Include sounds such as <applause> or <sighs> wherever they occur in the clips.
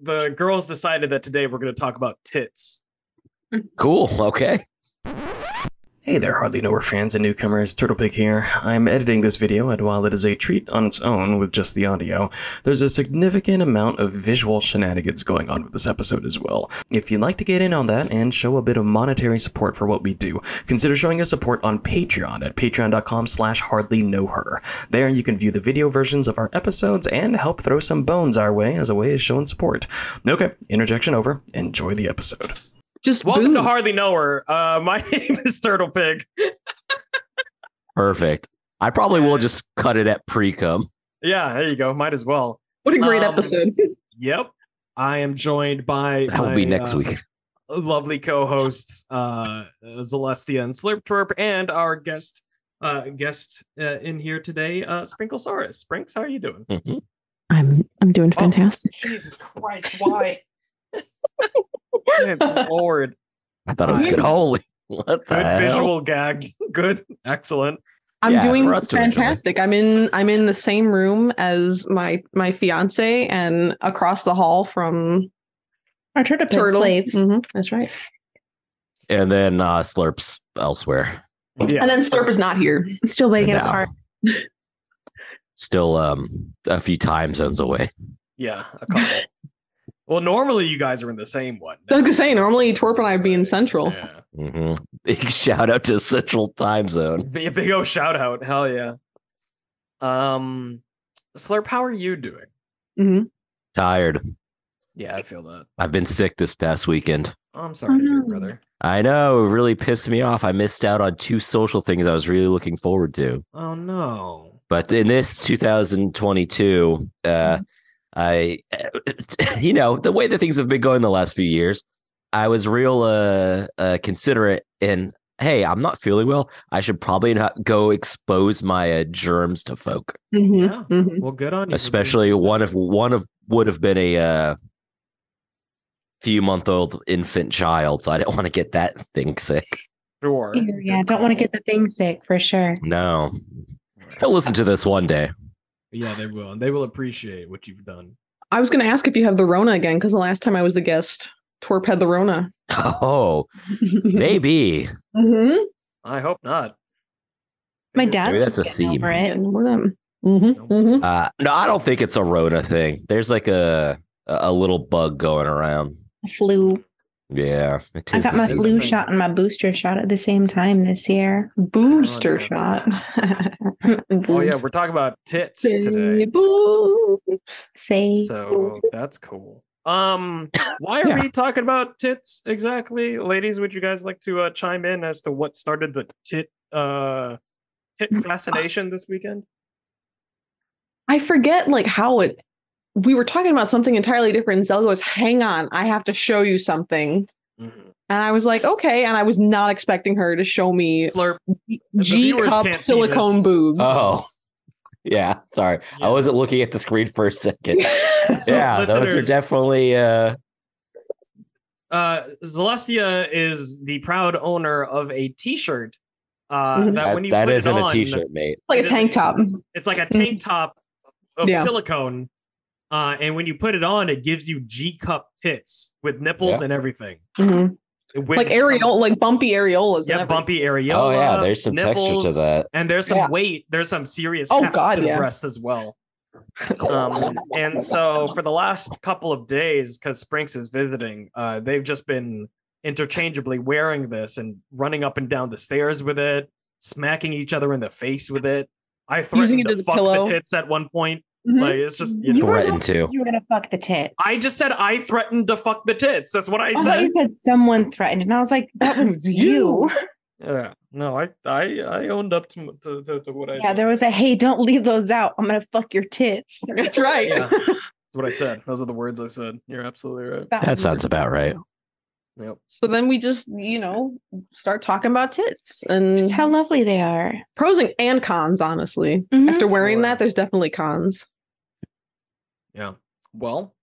the girls decided that today we're going to talk about tits. Cool. Okay. Hey there, hardly nowhere fans and newcomers. Turtlepig here. I'm editing this video, and while it is a treat on its own with just the audio, there's a significant amount of visual shenanigans going on with this episode as well. If you'd like to get in on that and show a bit of monetary support for what we do, consider showing us support on Patreon at patreon.com slash hardly know her. There you can view the video versions of our episodes and help throw some bones our way as a way of showing support. Okay, interjection over. Enjoy the episode. Just Welcome boo. to Hardly Know Her. Uh, <laughs> my name is Turtle Pig. Perfect. I probably will just cut it at pre cum. Yeah, there you go. Might as well. What a great Um, episode. <laughs> Yep. I am joined by That will be my, next uh, week. <laughs> lovely co-hosts uh Celestia and Slurp Twerp and our guest uh guest uh, in here today uh Sprinklesaurus. Sprinks, how are you doing? Mhm. I'm I'm doing Oh. fantastic. Jesus Christ, why? <laughs> Good Lord. I thought it was good. Holy. What the Good hell? visual gag. <laughs> Good. Excellent. I'm Yeah, doing for us to enjoy. fantastic. I'm in I'm in the same room as my my fiance and across the hall from Our turtle Turtle. Mhm, that's right. And then uh, slurps elsewhere. Yeah. And then Slurp is not here. still waiting at No. the park. Still um, a few time zones away. yeah, a <laughs> couple. well, normally you guys are in the same one. I was gonna say, normally Twerp and I would be in Central. Yeah. hmm <laughs> Big shout out to Central Time Zone. Big, big old shout out. Hell yeah. Um Slurp, how are you doing? Mhm. Tired. Yeah, I feel that. I've been sick this past weekend. I'm sorry, to hear, no. brother. I know. It really pissed me off. I missed out on two social things I was really looking forward to. Oh no. but in this 2022 Mm-hmm. uh i <laughs> you know the way that things have been going the last few years i was real uh, uh considerate and hey i'm not feeling well i should probably not go expose my uh, germs to folk Mhm, Yeah. mhm. Well, good on you. for being especially consistent. one of one of would have been a uh few month old infant child so i didn't want to get that thing sick Sure. Yeah, don't want to get the thing sick for sure. no he'll listen to this one day <laughs> <laughs> Yeah, they will, and they will appreciate what you've done. I was gonna ask if you have the Rona again, because the last time I was the guest, Twerp had <laughs> the Rona. <laughs> Mm-hmm. oh maybe Mhm. I hope not. My Maybe- dad's Maybe that's just a getting theme. over Yeah, it. more than- Mhm, mhm. Uh, no, I don't think it's a Rona thing. There's like a a little bug going around. Flu. Yeah, it I is got the my season. flu shot and my booster shot at the same time this year. Booster Oh, yeah. shot. <laughs> Oh yeah, we're talking about tits today, Say <laughs> so that's cool. Um, why are Yeah. we talking about tits exactly, ladies? Would you guys like to uh, chime in as to what started the tit uh tit Mm, fascination this weekend? I forget like how it we were talking about something entirely different. And Zell goes, hang on, I have to show you something. Mm-hmm. And I was like, okay. And I was not expecting her to show me Slurp. G viewers cup can't see silicone this. <laughs> boobs. <laughs> Oh, <laughs> yeah. Sorry, Yeah. I wasn't looking at the screen for a second. So, <laughs> yeah, those are listeners, definitely. Uh, uh Celestia is the proud owner of a t-shirt uh Mhm. that that when you that put it isn't on, a t-shirt, mate. like a tank top. Mm-hmm. It's like a tank top of Yeah. silicone. Uh, and when you put it on, it gives you G cup tits with nipples Yeah. and everything. Mhm. With Like areola, like bumpy areolas. some- yeah, and bumpy areola. Oh yeah, there's some texture to uh, nipples, that. And there's some Yeah. weight. There's some serious Oh, heft God, to the yeah. breast as well. <laughs> everything. Um, and so for the last couple of days, because Sprinks is visiting, uh, they've just been interchangeably wearing this and running up and down the stairs with it, smacking each other in the face with it. I threatened Using it to as a fuck pillow. the tits at one point. Mhm. Like it's just you You know. were- Threatened to. mm-hmm. you were gonna fuck the tit. I just said I threatened to fuck the tits. That's what I Oh, I thought said. you said someone threatened, and I was like, that was <laughs> you. Yeah. No, I I I owned up to to, to, to what I Yeah, did. there was a hey, don't leave those out. I'm gonna fuck your tits. That's right. Yeah. That's what I said. Those are the words I said. You're absolutely right. That That was- sounds about right. Yep. <laughs> So then we just, you know, start talking about tits and Just how lovely they are. pros and- and cons, honestly. Mhm. After wearing Sure. that, there's definitely cons. Yeah. Well,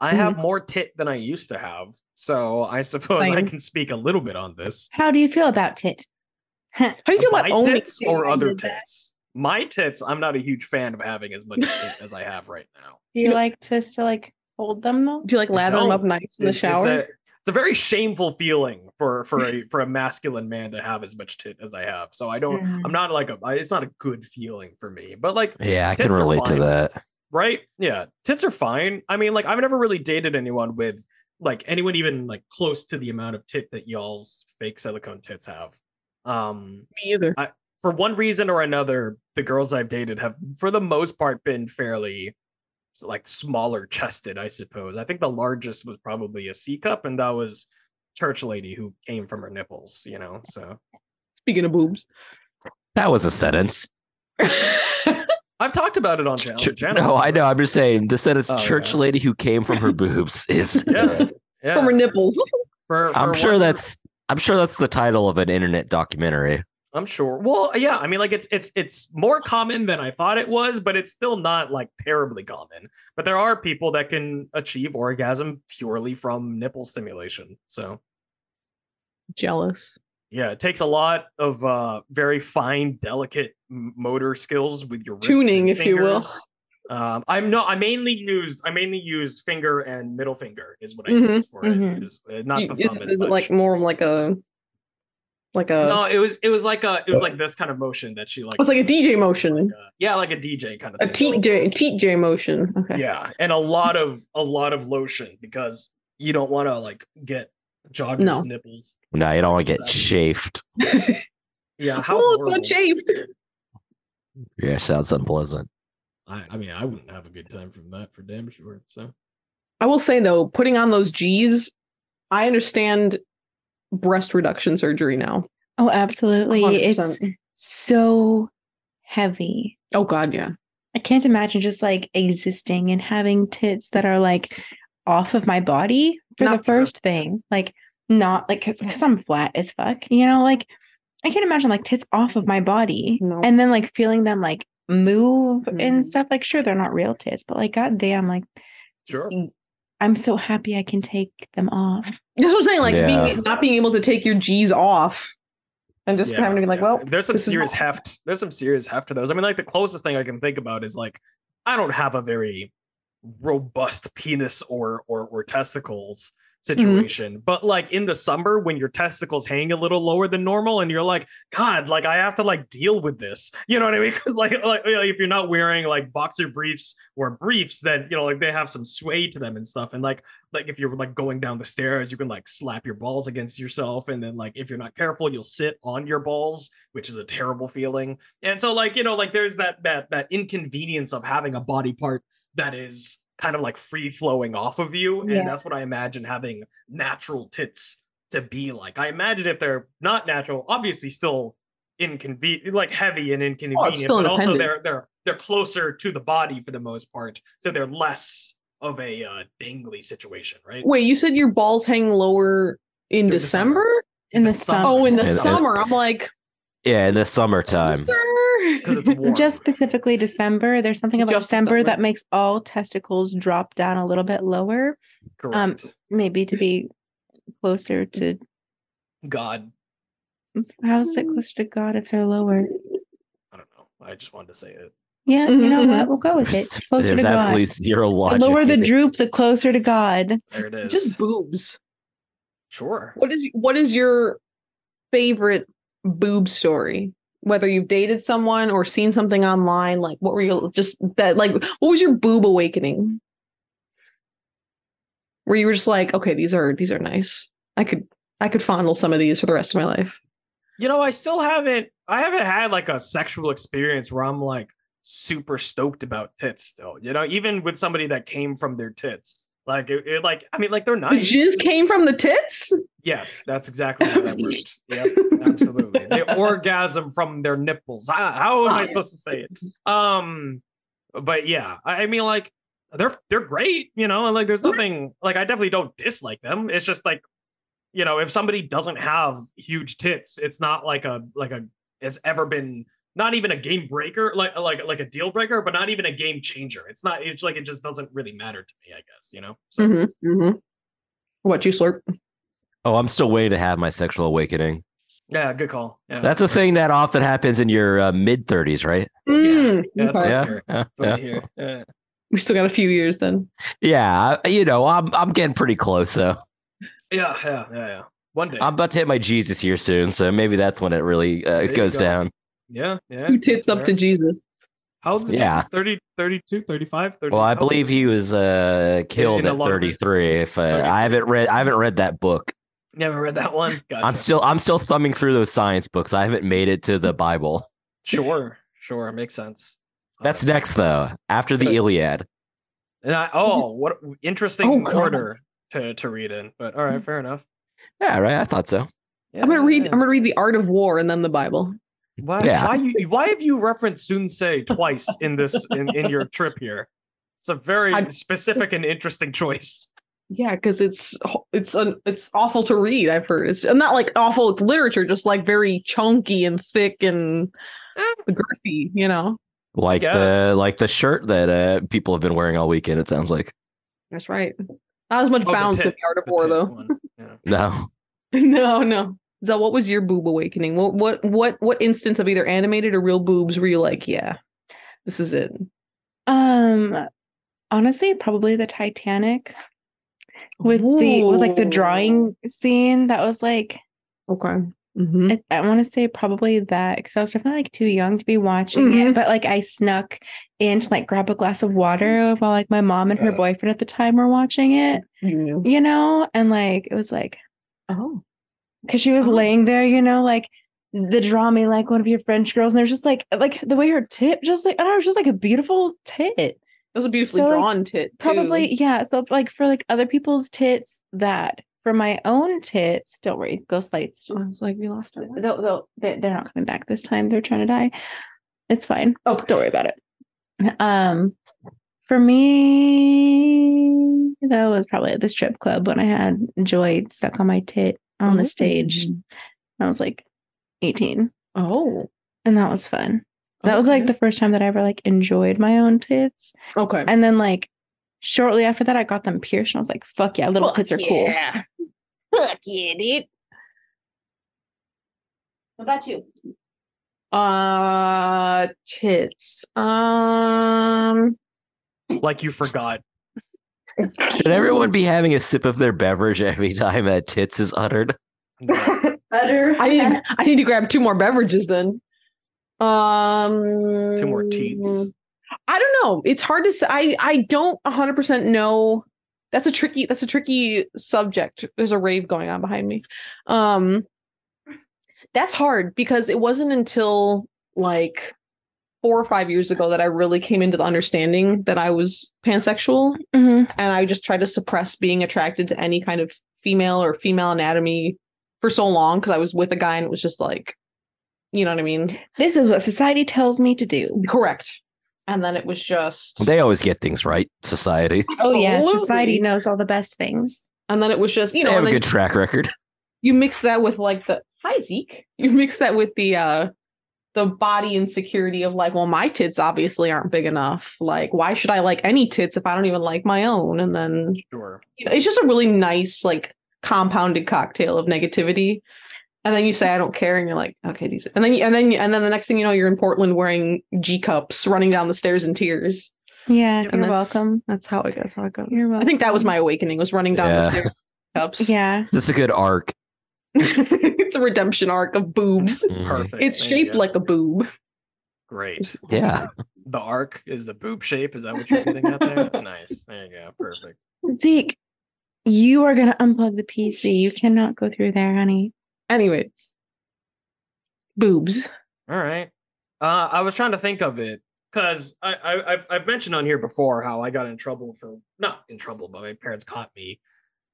I have more tit than I used to have, so I <laughs> suppose I Same. can speak a little bit on this. How do you feel about tit? <laughs> How How do you feel about My owning tits or I other did that. tits? My tits. I'm not a huge fan of having as much tit as I have right now. Do you like to, to like hold them though? Do you like lather them No. up nice <laughs> in It- the it's shower? a- It's a very shameful feeling for for a for a masculine man to have as much tit as I have. So I don't. Mm. Hmm. I'm not like a. I- It's not a good feeling for me. But like, Yeah, I can Tits are relate to fine. that. right? Yeah, tits are fine. I mean, like, I've never really dated anyone with like anyone even like close to the amount of tit that y'all's fake silicone tits have. Um, Me either. for one reason or another, the girls I've dated have, for the most part, been fairly like smaller chested, I suppose. I think the largest was probably a C cup, and that was church lady who came from her nipples, you know. So Speaking of boobs. That was a sentence. Mm. <laughs> I've talked about it on Ch- channel. ch- no, I know. I'm just saying the sentence Oh, church yeah. lady who came from her boobs is Yeah. <laughs> Yeah. Over nipples. <laughs> For- for I'm sure one- that's I'm sure that's the title of an internet documentary. I'm sure. Well, yeah, I mean like it's it's it's more common than I thought it was, but it's still not like terribly common. But there are people that can achieve orgasm purely from nipple stimulation. So, Jealous. yeah, it takes a lot of uh very fine delicate m- motor skills with your wrists and Tuning, if you will. fingers. Um, I'm no. I mainly used. I mainly used finger and middle finger is what I Mhm, used for it, mhm. is- uh, Not You- the is- thumb as is it much. like more of like a like a no, it was. It was like a. It was like this kind of motion that she like. it's uh, like a DJ motion. uh, yeah, like a DJ kind of. A thing. TJ TJ motion. Okay. yeah and a lot of a lot of lotion because you don't want to like get joggers No. nipples No, you don't want to get That's- chafed. yeah how oh, so horrible. chafed. Yeah, sounds unpleasant. I, I mean i wouldn't have a good time from that for damn sure so I will say though, putting on those G's, I understand breast reduction surgery now. Oh, absolutely. 100%. It's so heavy. Oh God, yeah. I can't imagine just like existing and having tits that are like off of my body for Not the true. first thing. Like, not like because I'm flat as fuck, you know? Like, I can't imagine like tits off of my body No. and then like feeling them like move Mhm. and stuff. Like, sure, they're not real tits, but like, goddamn, like, sure I'm so happy I can take them off. That's what I'm saying. Like Yeah. being, not being able to take your G's off and just Yeah, having to be like, yeah. well, there's some this is serious not- heft there's some serious heft to those i mean like the closest thing i can think about is like i don't have a very robust penis or or, or testicles Mm-hmm. situation but like in the summer when your testicles hang a little lower than normal and you're like god like i have to like deal with this you know what i mean <laughs> like like you know, if you're not wearing like boxer briefs or briefs then you know like they have some sway to them and stuff and like like if you're like going down the stairs, you can like slap your balls against yourself, and then like if you're not careful, you'll sit on your balls, which is a terrible feeling. And so like you know like there's that that that inconvenience of having a body part that is kind of like free flowing off of you, and Yeah. that's what I imagine having natural tits to be like. I imagine if they're not natural, obviously still inconvenient, like heavy and inconvenient, Oh, still but also independent. they're they're they're closer to the body for the most part, so they're less of a uh, dangly situation, right? wait, you said your balls hang lower in During December? December. In the, The sun- summer. Oh, in the Yeah, that- summer. I'm like, Yeah, in the summertime. because <laughs> summer. it's warm. Just specifically December. There's something about Just December, December. that makes all testicles drop down a little bit lower, correct. um, maybe to be closer to. God, How is it closer to God if they're lower? I don't know. I just wanted to say it. Yeah, you know Mhm. what? We'll go with <laughs> it. There's, Closer to there's God. absolutely zero The logic. lower the in it. droop, the closer to God. There it is. Just boobs. sure. What is what is your favorite boob story? Whether you've dated someone or seen something online, like what were you just that like what was your boob awakening? Where you were just like, okay, these are these are nice. I could I could fondle some of these for the rest of my life. You know, I still haven't. I haven't had like a sexual experience where I'm like super stoked about tits. Still, you know, even with somebody that came from their tits. Like, it, it- like I mean, like they're nice. The jizz came from the tits? Yes, that's exactly how that worked. Yep, absolutely. They orgasm from their nipples. Ah, How am I supposed to say it? Um, but yeah, I I mean, like they're they're great, you know, and like there's nothing like I definitely don't dislike them. It's just like, you know, if somebody doesn't have huge tits, it's not like a like a it's ever been not even a game breaker, like like like a deal breaker, but not even a game changer. It's not. It's like it just doesn't really matter to me, I guess. You know. So hmm hmm What you slurp? Oh, I'm still waiting to have my sexual awakening. yeah, good call. Yeah. That's a thing that often happens in your uh, mid 30s, right? <laughs> Mm, Yeah, yeah, that's okay. right. Yeah. here. Yeah. Right here. Yeah. We still got a few years then. Yeah, I- you know, I'm I'm getting pretty close. So Yeah, yeah, yeah, yeah. One day. I'm about to hit my Jesus here soon. So maybe that's when it really uh, There you goes go. down. yeah, yeah. Who tits up to Alright. Jesus? How old is Yeah. Jesus? 30, 32, 35, 30? Well, I believe he was uh, killed in a at long- 33. If uh, Okay. I haven't read, I haven't read that book. Never read that one. Gotcha. I'm still I'm still thumbing through those science books. I haven't made it to the Mm-hmm. Bible. sure, sure. Makes sense. That's Uh, next though, after the Good. Iliad. And I, oh, what Mm-hmm. Oh, interesting God. order to, to read in. But all right, fair enough. Yeah, right. I thought so. I'm gonna Yeah, read. yeah. I'm gonna read the Art of War and then the Bible. Why? Yeah. Why you? Why have you referenced Sunsei twice in this in, in your trip here? It's a very I- specific and interesting choice. Yeah, because it's ho- it's an it's awful to read. I've heard it's not like awful it's literature, just like very chunky and thick and Ah. girthy. You know, Like guess. the like the shirt that uh, people have been wearing all weekend. It sounds like that's right. Not as much Oh, the bounds in tit- the Art of The <laughs> War tit though. <laughs> one, yeah. no. no, no. Zell, what was your boob awakening? What what what what instance of either animated or real boobs were you like? Yeah, this is it. Um, honestly, probably the Titanic with the with like the Ooh. drawing scene. That was like Okay. hmm I, I want to say probably that because I was definitely like too young to be watching Mhm. it, but like I snuck in to like grab a glass of water while like my mom and her Uh. Yeah. boyfriend at the time were watching it, You knew. you know, and like it was like Mm-hmm. Oh. because she was Oh. laying there, you know, like the draw me like one of your French girls, and there's just like like the way her tip just like I don't know, it was just like a beautiful tit. It was a beautifully So, like, drawn tit. too. Probably, yeah. So like for like other people's tits, that for my own tits, don't worry, ghost lights I just was like, we lost it. they'll, they'll, they- they're not coming back this time. They're trying to die. It's fine. Oh, don't worry about it. Um, for me, that was probably at the strip club when I had Joy stuck on my tit on the stage. I was like 18, Oh. and that was fun. That was like okay. the first time that I ever like enjoyed my own tits. okay. And then like shortly after that, I got them pierced, and I was like, "Fuck yeah, little tits are cool." Yeah. Fuck yeah, dude. What about you? Uh tits. Um Like you forgot. Should everyone be having a sip of their beverage every time that tits is uttered? Utter. I need I need to grab two more beverages then. Um Two more teats. I don't know. It's hard to say. I I don't 100% know. That's a tricky that's a tricky subject. There's a rave going on behind me. Um that's hard because it wasn't until like 4 or 5 years ago that I really came into the understanding that I was pansexual Mhm. and I just tried to suppress being attracted to any kind of female or female anatomy for so long because I was with a guy and it was just like you know what I mean? This is what society tells me to do. Correct. And then it was just They always get things right. Society. Oh yeah, Absolutely. society knows all the best things. And then it was just, you They know, have and a then good track record. <laughs> you mix that with like the hi Zeke. You mix that with the uh the body insecurity of like, well, my tits obviously aren't big enough. Like, why should I like any tits if I don't even like my own? And then Sure. you know, it's just a really nice, like compounded cocktail of negativity. And then you say, I don't care, and you're like, okay, these and then you- and then you- and then the next thing you know, you're in Portland wearing G cups, running down the stairs in tears. Yeah, And you're that's- welcome. That's how it goes. How it goes. You're I think that was welcome. my awakening was running down Yeah. the stairs in cups. Yeah. It's a good arc. <laughs> it's a redemption arc of boobs. Mhm. Perfect. It's There you shaped go. like a boob. great. Yeah. The arc is the boob shape. Is that what you're getting at there? <laughs> nice. There you go. Perfect. Zeke, you are gonna unplug the PC. You cannot go through there, honey. Anyways, boobs. All right. Uh, I was trying to think of it because I, I I've, I've mentioned on here before how I got in trouble for not in trouble, but my parents caught me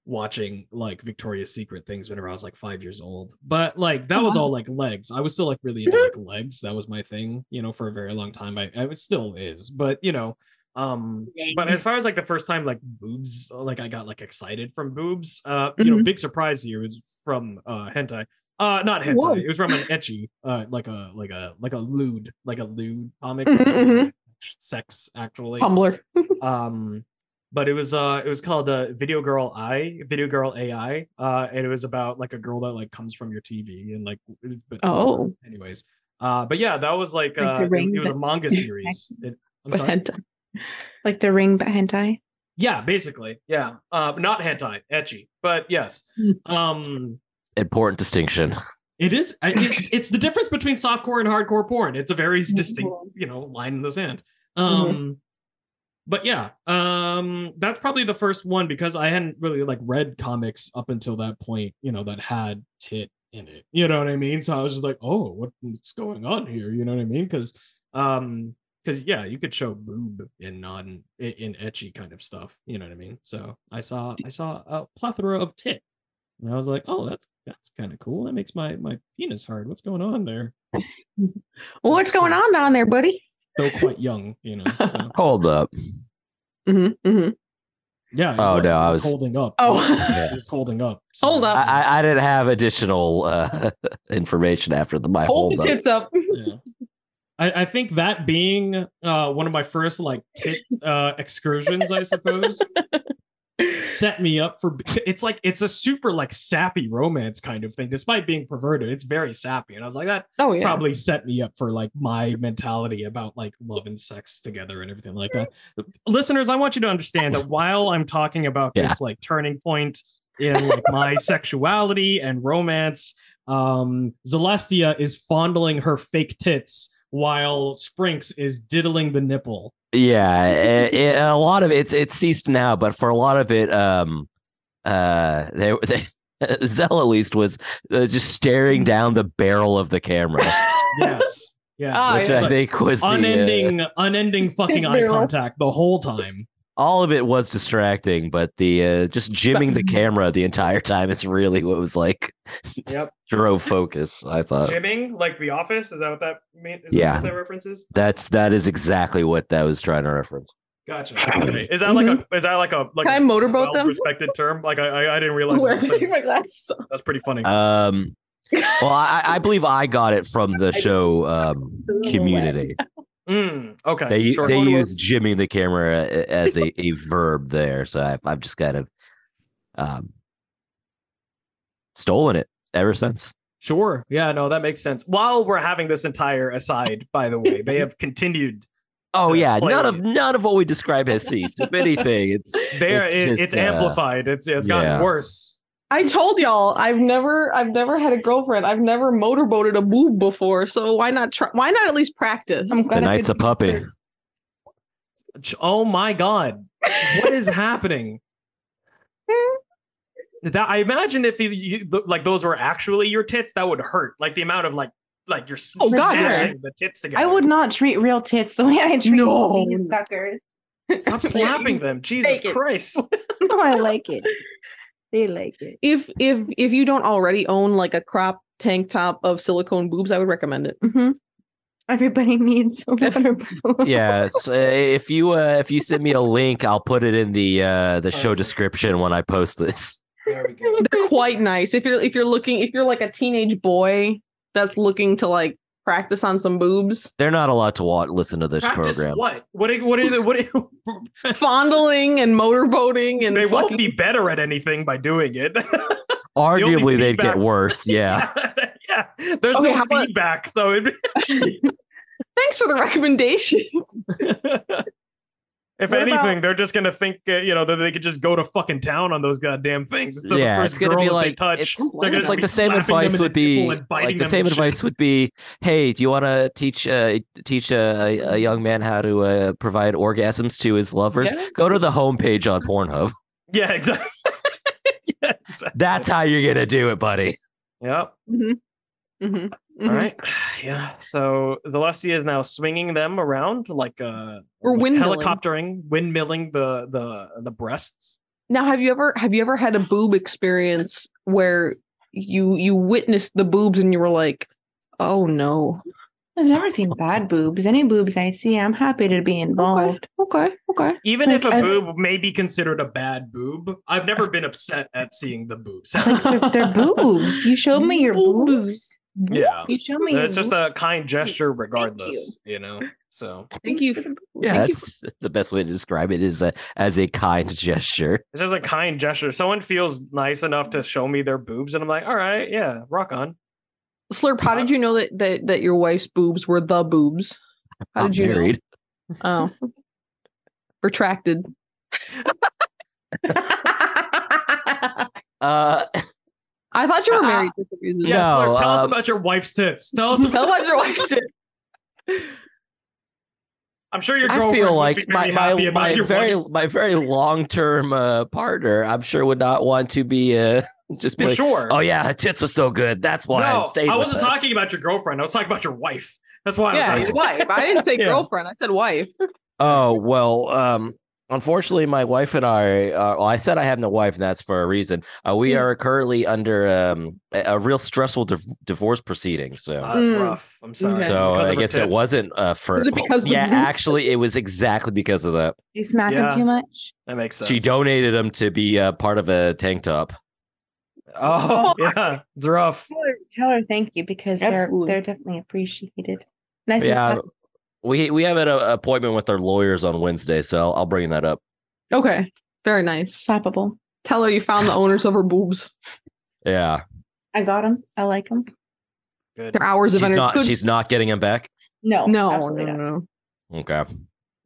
watching like Victoria's Secret things whenever I was like five years old. But like that Oh, was wow. all like legs. I was still like really into like legs. That was my thing, you know, for a very long time. I, I it still is, but you know, um. But as far as like the first time like boobs, like I got like excited from boobs. Uh, you know, Mhm. big surprise here was from uh hentai. Uh, not hentai. Whoa. It was from an etchy, uh, like a like a like a lewd, like a lewd comic, Mhm, mhm. sex actually. Tumblr. Um, but it was uh, it was called uh, Video Girl I, Video Girl AI, uh, and it was about like a girl that like comes from your TV and like. But Oh. Anyways, uh, but yeah, that was like Like uh, The it- Ring, it was a manga series. It, I'm sorry. hentai. Like the ring, but hentai. Yeah, basically. Yeah. Uh, not hentai, etchy, but yes. Um, Important distinction. it is. I- It's, it's the difference between softcore and hardcore porn. It's a very distinct, you know, line in the sand. Um, but yeah, um, that's probably the first one because I hadn't really like read comics up until that point. You know, that had tit in it. You know what I mean? So I was just like, oh, what's going on here? You know what I mean? Because, um, because yeah, you could show boob in non in- in etchy kind of stuff. You know what I mean? So I saw I saw a plethora of tit, and I was like, oh, that's that's kind of cool. That makes my my penis hard. What's going on there? What's going on down there, buddy? Still quite young, you know. So, Hold up. Mm-hmm, mm-hmm. yeah. it Oh, no, it I was- holding up. Oh, <laughs> Yeah. It was holding up. Hold so- up. I, I- I didn't have additional uh, <laughs> information after the my hold hold the up. tits up. yeah. I, I think that being uh, one of my first like tit uh, excursions, I <laughs> suppose, set me up for. It's like it's a super like sappy romance kind of thing, despite being perverted. It's very sappy, and I was like, that Oh yeah. probably set me up for like my mentality about like love and sex together and everything like that. Listeners, I want you to understand that while I'm talking about Yeah. this like turning point in like <laughs> my sexuality and romance, um Celestia is fondling her fake tits while Sprinks is diddling the nipple. Yeah, it, it- a lot of it's it's ceased now, but for a lot of it, um, uh, they, they <laughs> Zell at least was uh, just staring down the barrel of the camera, Yes. Yeah. Oh, which yeah. I think was the, uh, unending unending <laughs> fucking eye Barrel. contact the whole time. all of it was distracting, but the uh, just jimming the camera the entire time is really what was like Yep. <laughs> drove focus. I thought Jimming, like the office, is that what that means? that Yeah. what that references? that's that is exactly what that was trying to reference. <laughs> Gotcha. Okay. Is that like a is that like a like Mm-hmm. Can I a motorboat them? respected term? Like I I, I didn't <laughs> realize Where that I was a think thing. my glasses. <laughs> are. that's pretty funny. Um, well, I, I believe I got it from the show um, Community. Mm, okay. They sure. they Motorboat. use Jimmy the camera a- as a, a verb there, so I've I've just kind of um stolen it ever since. Sure. Yeah. No, that makes sense. While we're having this entire aside, by the way, they have <laughs> continued. Oh Uh, yeah, play none it. of none of what we describe as seats. If anything, <laughs> it's There, It's it's, it, just, it's uh, amplified. It's it's gotten yeah. worse. I told y'all I've never I've never had a girlfriend. I've never motorboated a boob before, so why not try why not at least practice? I'm the glad I night's a could- puppy. Ch- Oh my god, what <laughs> is happening? That I imagine if you, you th- like those were actually your tits, that would hurt. Like the amount of like like you're s- Oh, God, smashing sure. the tits together. I would not treat real tits the way I treat No. vegan suckers. <laughs> stop slapping them. Jesus Take it. Christ. <laughs> No, I like it. They like it. if if if you don't already own like a crop tank top of silicone boobs, I would <laughs> recommend it. hmm Everybody <laughs> needs a watermelon. Yeah, so if you uh, if you send me a link, I'll put it in the uh, Oh, the show description when I post this. <laughs> There we go. They're quite nice. If you're if you're looking if you're like a teenage boy that's looking to like practice on some <laughs> boobs, They're not allowed to watch listen to this Practice program. what? What? Are, what? Are, <laughs> the- what? Are, fondling and motorboating and they won't fucking- be better at anything by doing it. <laughs> Arguably, they'd feedback- <laughs> get worse. Yeah, yeah. There's Okay, no how about- feedback, so it'd be- Thanks for the recommendation. <laughs> if What anything, about- they're just gonna think uh, you know that they could just go to fucking town on those goddamn things. It's the Yeah, first it's gonna girl that be they like- touch. it's- They're gonna it's like be the same slapping them advice in would nipple be and biting like the them same and shit. advice would be hey do you want to teach uh teach a, a young man how to uh, provide orgasms to his lovers Yeah. go to the homepage on pornhub <laughs> <laughs> Yeah, exactly. <laughs> yeah, exactly. that's how you're gonna do it buddy Yep. Mhm. Mhm. All Mhm. right. <sighs> Yeah. So Zelestia is now swinging them around like uh Or like windmilling. helicoptering, windmilling the the the breasts. Now, have you ever have you ever had a boob experience where you you witnessed the boobs and you were like, oh no, I've never seen bad boobs. Any boobs I see, I'm happy to be involved. Oh. okay, okay. Even if a Like, I- boob may be considered a bad boob, I've never been upset at seeing the <laughs> boobs. Like they're, <laughs> they're boobs. You showed me your boobs. Yeah. You showed me. your It's just boobs. a kind gesture, regardless, you. know. <laughs> So Thank you. for- yeah thank you that's the best way to describe it is uh, as a kind gesture it's just a kind gesture. Someone feels nice enough to show me their boobs, and I'm like, all right, yeah, rock on. for- Slurp. How did you know that that that your wife's boobs were the boobs? How I'm did you know? married Oh, <laughs> retracted. Uh, I thought you were Uh, married. for some reason. Yeah. Yes, Lurk, No, tell us um, about your wife's tits. Tell <laughs> us. Tell about your wife's <laughs> shit. I'm sure your I girlfriend feel would like be my very my, happy about my your very wife. my very long term uh, partner, I'm sure would not want to be uh, just be Well, like, sure. oh yeah, her tits was so good. That's why I no, stayed. I with wasn't her." talking about your girlfriend. I was talking about your wife. That's why I Yeah, was his asking. wife. I didn't say Yeah. girlfriend. I said wife. Oh well, um, unfortunately, my wife and I. Uh, well, I said I have no wife, and that's for a reason. Uh, we Yeah. are currently under um, a, a real stressful div- divorce proceeding. So, Ah, that's Mm. rough. I'm sorry. Okay. It's so because I of her guess it tits. wasn't uh, for. Is it because the yeah, movie- actually, it was exactly because of that. You smack Yeah. him too much. That makes sense. She donated them to be uh, part of a tank top. Oh, yeah. It's rough. Tell her, tell her thank you because Absolutely. they're they're definitely appreciated. Nice. yeah, Yeah. we we have an uh, appointment with our lawyers on Wednesday, so I'll, I'll bring that up. Okay. Very nice. Slappable. Tell her you found the owners of her boobs. Yeah, I got him. I like him. Good. Their hours of she's energy. not Good- she's not getting them back. No. no, no, absolutely no, not. no. Okay,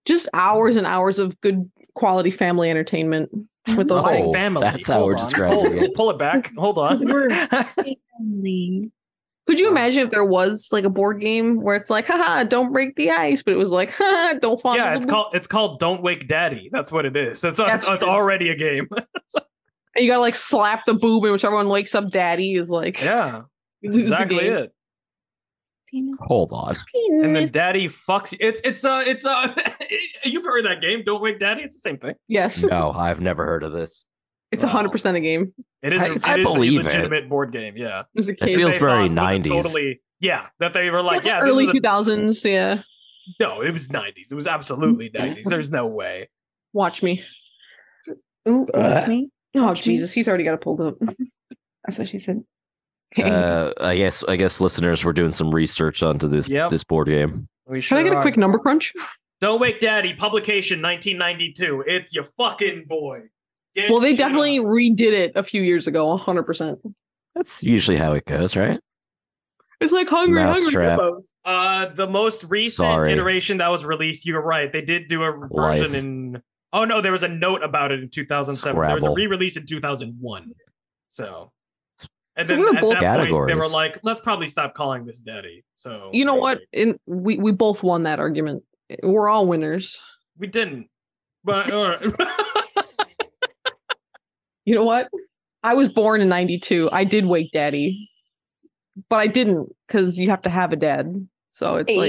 Just hours and hours of good quality family entertainment with those. Oh, things. Like family. that's how Hold we're on. describing Hold- it. Pull it back. Hold <laughs> <laughs> on. Only. Could you imagine if there was like a board game where it's like, haha, don't break the ice, but it was like, <laughs> haha, don't fall. yeah, it's called it's called Don't Wake Daddy. That's what it is. It's That's it's, it's true. already a <laughs> game. And you gotta like slap the boob, and whichever one wakes up, daddy is like, yeah, you that's lose the exactly game. it. <laughs> Penis. hold on. And then Penis. Daddy fucks. You. It's it's uh it's uh <laughs> you've heard that game. Don't Wake Daddy. It's the same thing. Yes, No, I've never heard of this. it's a hundred percent a game. It is. I- it I is believe a it. legitimate board game. Yeah. As a It kid, feels they very thought was a 90s. Totally, yeah, that they were like, It's yeah, early this is two a, thousands. Yeah, no, it was nineties. It was absolutely nineties. There's no way. watch me. Ooh, Uh. me. Oh Watch me. Jesus, he's already got it pulled up. That's what she said. Uh, I guess I guess listeners were doing some research onto this Yep. this board game. We Can I get a quick number crunch? Don't wake daddy. Publication 1992. It's your fucking boy. Get Well, they shit definitely on. redid it a few years ago. hundred percent. That's usually how it goes, right? It's like hungry, hungry Mousetrap. hippos. Uh, the most recent Sorry. iteration that was released. You're right. They did do a version Life. in. Oh no, there was a note about it in 2007. There was a Scrabble. re-release in 2001. So. And So then we were at both- that point, they were Categories. like, "Let's probably stop calling this daddy." So You know they- what? In we we both won that argument. We're all winners. We didn't. But all right. <laughs> You know what? I was born in 92. I did wake daddy, but I didn't because you have to have a dad. So it's like,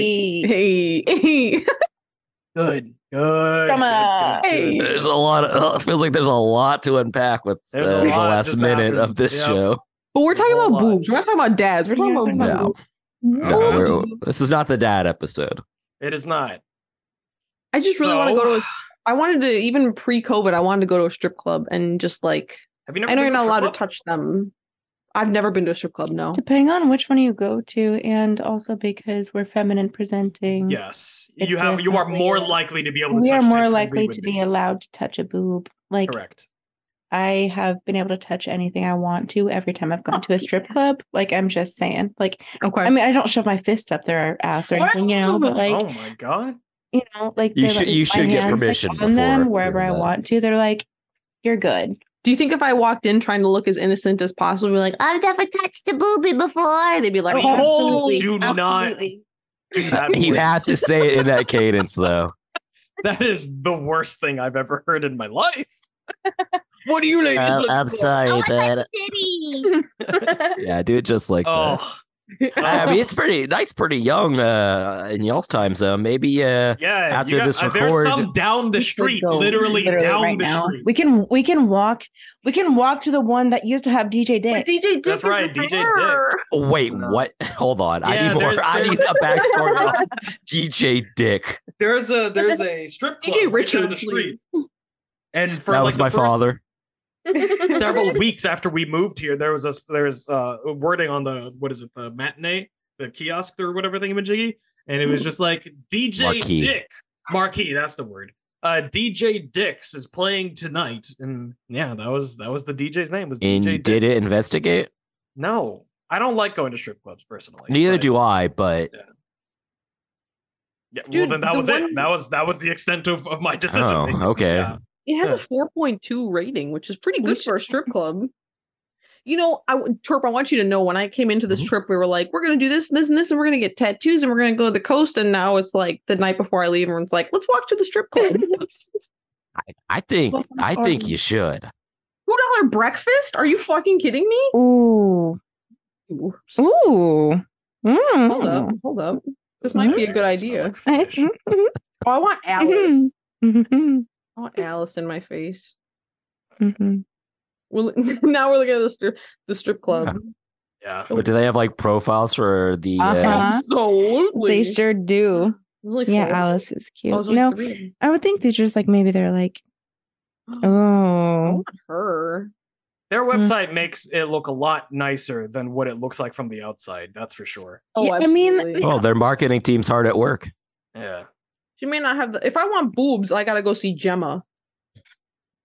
hey, Hey. hey. <laughs> good. Good. Drama. good, Hey. There's a lot. Of, <laughs> it feels like there's a lot to unpack with uh, There's a the lot last just minute happened. of this Yep. show. But we're There's a talking about whole lot. boobs. We're not talking about dads. We're talking Yeah, about we're boobs. talking No, no, Okay. we're- this is not the <laughs> dad episode. It is not. I just really want to So- go to a. s- I wanted to even pre-COVID. I wanted to go to a strip club and just like Have you never I know you're been to a strip not allowed club? to touch them. I've never been to a strip club. No. Depending on which one you go to, and also because we're feminine presenting, Yes. It's You have you are definitely more a- likely to be able to we touch are tits more than we likely would to be allowed to touch a boob. Like correct. I have been able to touch anything I want to every time I've gone to Oh, a strip club. Like I'm just saying, like Okay. I mean, I don't shove my fist up their ass or What? anything, you know, but like oh my god. you know, like You they should- let me you put my should get hands, like, permission on them before wherever doing I that. want to. They're like, you're good. Do you think if I walked in trying to look as innocent as possible, be like, I've never touched a booby before, they'd be like, Oh, absolutely, do not- absolutely. Do that <laughs> You voice. have to say it in that cadence, though. <laughs> That is the worst thing I've ever heard in my <laughs> life. what do you ladies? look for?" Uh, Oh, Oh, sorry, but <laughs> yeah, do it just like <laughs> that. Oh I mean, it's pretty. That's pretty young uh, in y'all's time zone. Maybe uh, yeah. you After this uh, there's some record- down the We could street, go literally, down right the now. street. We can we can walk we can walk to the one that used to have Wait, DJ Dick. DJ Dick That's is right, DJ Dick. there. wait, No. what? Hold on, I Yeah, need more. there's- I there's- need a backstory <laughs> on DJ Dick. There's a there's a strip club DJ right down Richard, the please. street. And for that like was the my first father. <laughs> <laughs> several weeks after we moved here, there was a there was uh, wording on the what is it the matinee, the kiosk or whatever thing, Majiggy, and it was Hmm. just like DJ Marquee. Dick Marquee. That's the word. Uh, DJ Dix is playing tonight, and yeah, that was that was the DJ's name was And DJ. you did it Dix. investigate? No, I don't like going to strip clubs personally. Neither but do I, but Yeah, well Dude, then that the was one- it. That was that was the extent of, of my decision. Oh, making. okay. Yeah. It has Yeah. a four point two rating, which is pretty We good for a strip club. You know, I w- Torp, I want you to know when I came into this Mm-hmm. trip, we were like, we're gonna do this and this and this, and we're gonna get tattoos and we're gonna go to the coast. And now it's like the night before I leave, everyone's like, let's walk to the strip <laughs> club. I think Well, um, I or- think you should. Two dollar breakfast? Are you fucking kidding me? Ooh. Oops. Ooh. Hold up, <laughs> Mm. hold up. This might be a good Smell idea. I- like fish. Oh, I want Alice. Mhm. Mhm. I want Alice in my face. Mhm. Well, <laughs> now we're looking at the strip, the strip club. Yeah. But do they have like profiles for the? uh, Uh-huh. Absolutely. They sure do. There's only Yeah, four. Alice is cute. Oh, there's only no, three. I would think they just like maybe they're like, I oh, want her. Their Hmm. website makes it look a lot nicer than what it looks like from the outside. That's for sure. Yeah, I mean, absolutely. Oh, their marketing team's hard at <laughs> work. Yeah. she may not have the. If I want boobs, I gotta go see Gemma.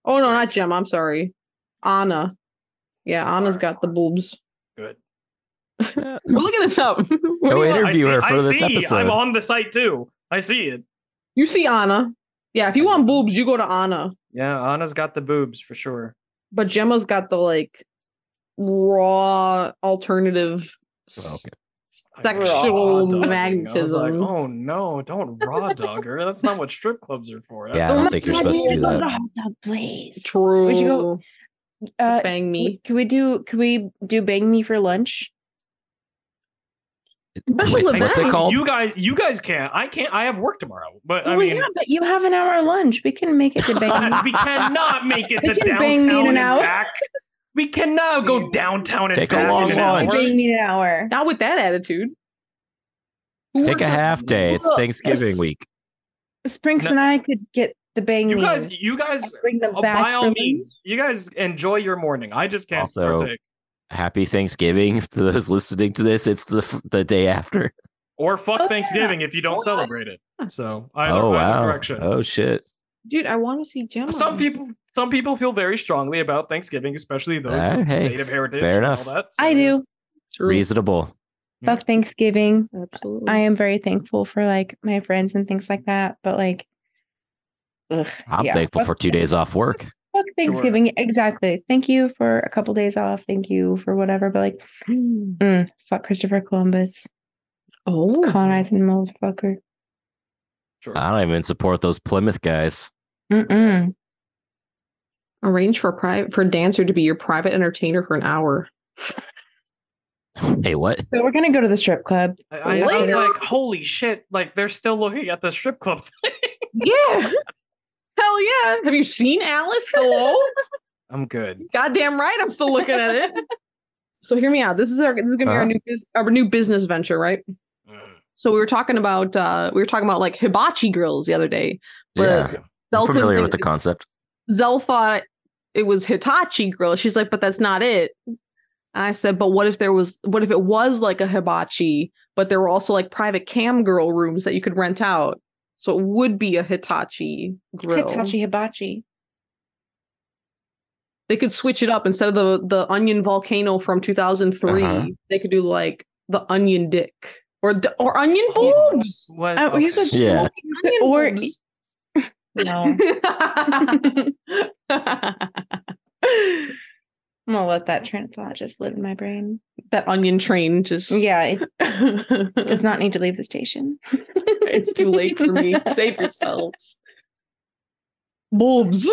Oh no, not Gemma. I'm sorry, Anna. Yeah, Anna's got the <laughs> boobs. Good. Yeah. We're looking this up. <laughs> What do Go you, want? interview her I for this see. episode. I'm on the site too. I see it. You see Anna. Yeah, if you want boobs, you go to Anna. Yeah, Anna's got the boobs for sure. But Gemma's got the like raw alternative. Well, Oh, okay. Like, Sexual raw dogging. I was magnetism. Like, oh no, don't raw dog her. That's not what strip clubs are for. Yeah, I That's- don't think you're supposed to do that. please. True. Would you go- Uh, bang w- me? Could we do? Could we do bang me for lunch? Special Wait, what's it event. called? Oh You guys, you guys can't. I can't. I have work tomorrow. But I well, mean, yeah, but you have an hour lunch. We can make <laughs> it to bang. me. we cannot make <laughs> it to We can bang downtown me in and an hour. back. We cannot go downtown and Take a back long in an Bang lunch. hour. me an hour. Not with that attitude. Who Take works a on half day. It's Well, Thanksgiving it's- week. Sprinks No. and I could get the bang You me. guys, you guys, bring them uh, back. by all for means, you guys enjoy your morning. I just can't Also- partake. Happy Thanksgiving to those listening to this. It's the f- the day after. Or fuck Oh, yeah. Thanksgiving if you don't Why? celebrate it. So either, either oh wow. direction. Oh shit. Dude, I want to see Gemma. Some people, some people feel very strongly about Thanksgiving, especially those Ah, with hey, native heritage. fair and enough. All that, so- I do. Reasonable. Yeah. Fuck Thanksgiving. Absolutely. I am very thankful for like my friends and things like that. But like, ugh, I'm yeah. thankful Fuck- for two days off work. Fuck Thanksgiving. Exactly. Thank you for a couple days off. Thank you for whatever. But like, mm, fuck Christopher Columbus. Hmm. Oh, Colonizing motherfucker. Sure. I don't even support those Plymouth guys. Mm-mm. arrange for a private for a dancer to be your private entertainer for an hour. Hey, what? So we're gonna go to the strip club. I, I- I was Later. like, holy shit! Like they're still looking at the strip club. <laughs> Yeah. <laughs> Hell yeah. Have you seen Alice? Hello? I'm good. <laughs> Goddamn right, I'm still looking at it. So hear me out. This is our this is gonna be our Uh-huh. new bus- our new business venture, right? Oh, So we were talking about uh we were talking about like hibachi grills the other day. But yeah, I'm Zell couldn't familiar with think- the concept. Zell thought it was Hitachi grill. She's like, but that's not it. And I said, but what if there was what if it was like a hibachi, but there were also like private cam girl rooms that you could rent out. So it would be a Hitachi grill. Hitachi Hibachi. They could switch it up instead of the the onion volcano from 2003. Uh-huh. They could do like the onion dick or d- or onion boobs. What? Oh, here's okay. a- Yeah. Onion Or- boobs. <laughs> No, I'm gonna let that train of thought just live in my brain. that onion train just Yeah, it it's does not need to leave <laughs> the station. too late for <laughs> me. Save yourselves. Boobs.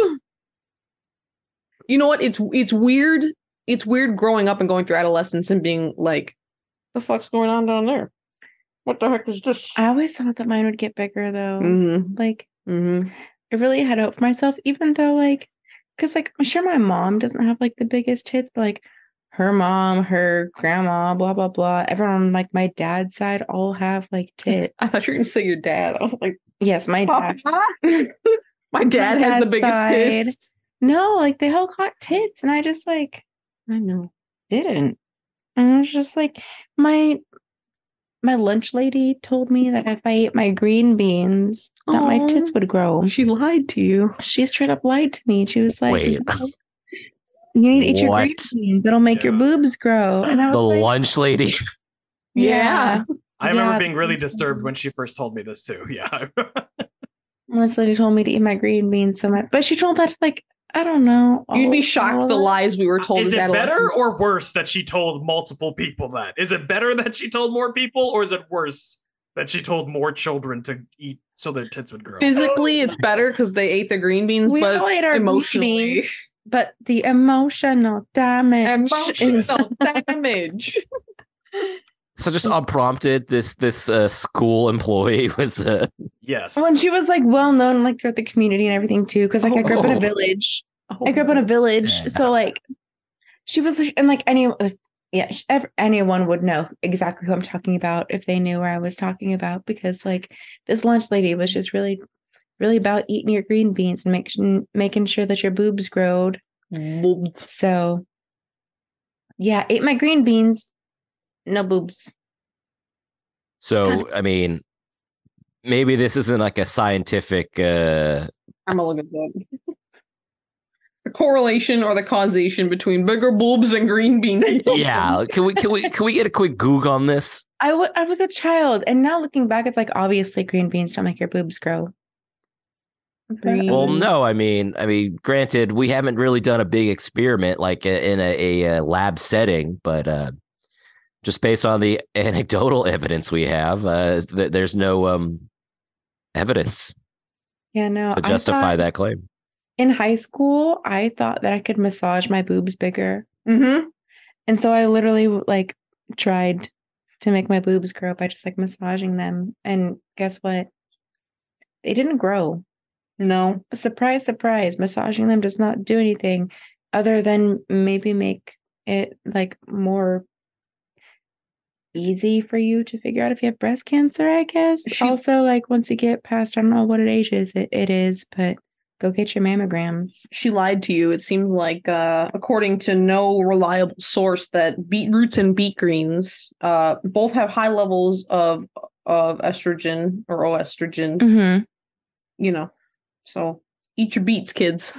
You know what? It's it's weird. It's weird growing up and going through adolescence and being like, the fuck's going on down there? What the heck is this? I always thought that mine would get bigger though. Mm-hmm. Like Mm-hmm. I really had hope for myself, even though like, because like I'm sure my mom doesn't have like the biggest tits, but like her mom, her grandma, blah blah blah. Everyone on like my dad's side all have like tits. <laughs> I thought you were gonna say your dad. I was like, <laughs> yes, my dad. my dad has the dad's biggest side. tits. No, like they all got tits, and I just like I know. didn't. And I was just like, my my lunch lady told me that if I ate my green beans, that my tits Aw. would grow. She lied to you. She straight up lied to me. She was like, Wait. "Isabel, "You need to eat your green What? beans. It'll make your Yeah. boobs grow." And I was The like, lunch lady. "Yeah." I remember Yeah. being really disturbed when she first told me this too. <laughs> Yeah. Lunch lady told me to eat my green beans so much, but she told that to like I don't know. You'd be all- all shocked of the us. lies we were Uh, told. is as it better adolescents. or worse that she told multiple people that? Is it better that she told more people, or is it worse that she told more children to eat so their tits would grow? Physically, it's better because they ate the green beans, We all but ate our green emotionally, beans, but the emotional damage <laughs> is emotional damage. So just unprompted, this this uh, school employee <laughs> was uh, Yes. when she was like well known like throughout the community and everything too. Because like I grew up in Oh. a village. I grew up in a village, Yeah. so like she was, like- and like any, yeah, sh- ev- anyone would know exactly who I'm talking about if they knew where I was talking about because like this lunch lady was just really, really about eating your green beans and making making sure that your boobs growed. Boobs. So, yeah, ate my green beans, no boobs. so I mean maybe this isn't like a scientific uh I'm gonna look at that. The correlation or the causation between bigger boobs and green <laughs> beans. yeah can we can we can we get a quick goog on this I wa- I was a child, and now looking back, it's like obviously green beans don't make your boobs grow. Green. well no i mean i mean granted we haven't really done a big experiment like uh, in a, a, uh lab setting but uh just based on the <laughs> anecdotal evidence we have uh th- there's no um evidence yeah, no, to I justify thought- that claim in high school, I thought that I could massage my boobs bigger. Mm-hmm. And so I literally like tried to make my boobs grow by just like massaging them. And guess what? They didn't grow. No. Surprise, surprise. Massaging them does not do anything other than maybe make it like more easy for you to figure out if you have breast cancer, I guess. She- also, like once you get past, I don't know what age is it, it is, but go get your mammograms. She lied to you. It seemed like, uh, according to no reliable source, that beetroots and beet greens uh, both have high levels of of estrogen or oestrogen. Mm-hmm. You know, so eat your beets, kids.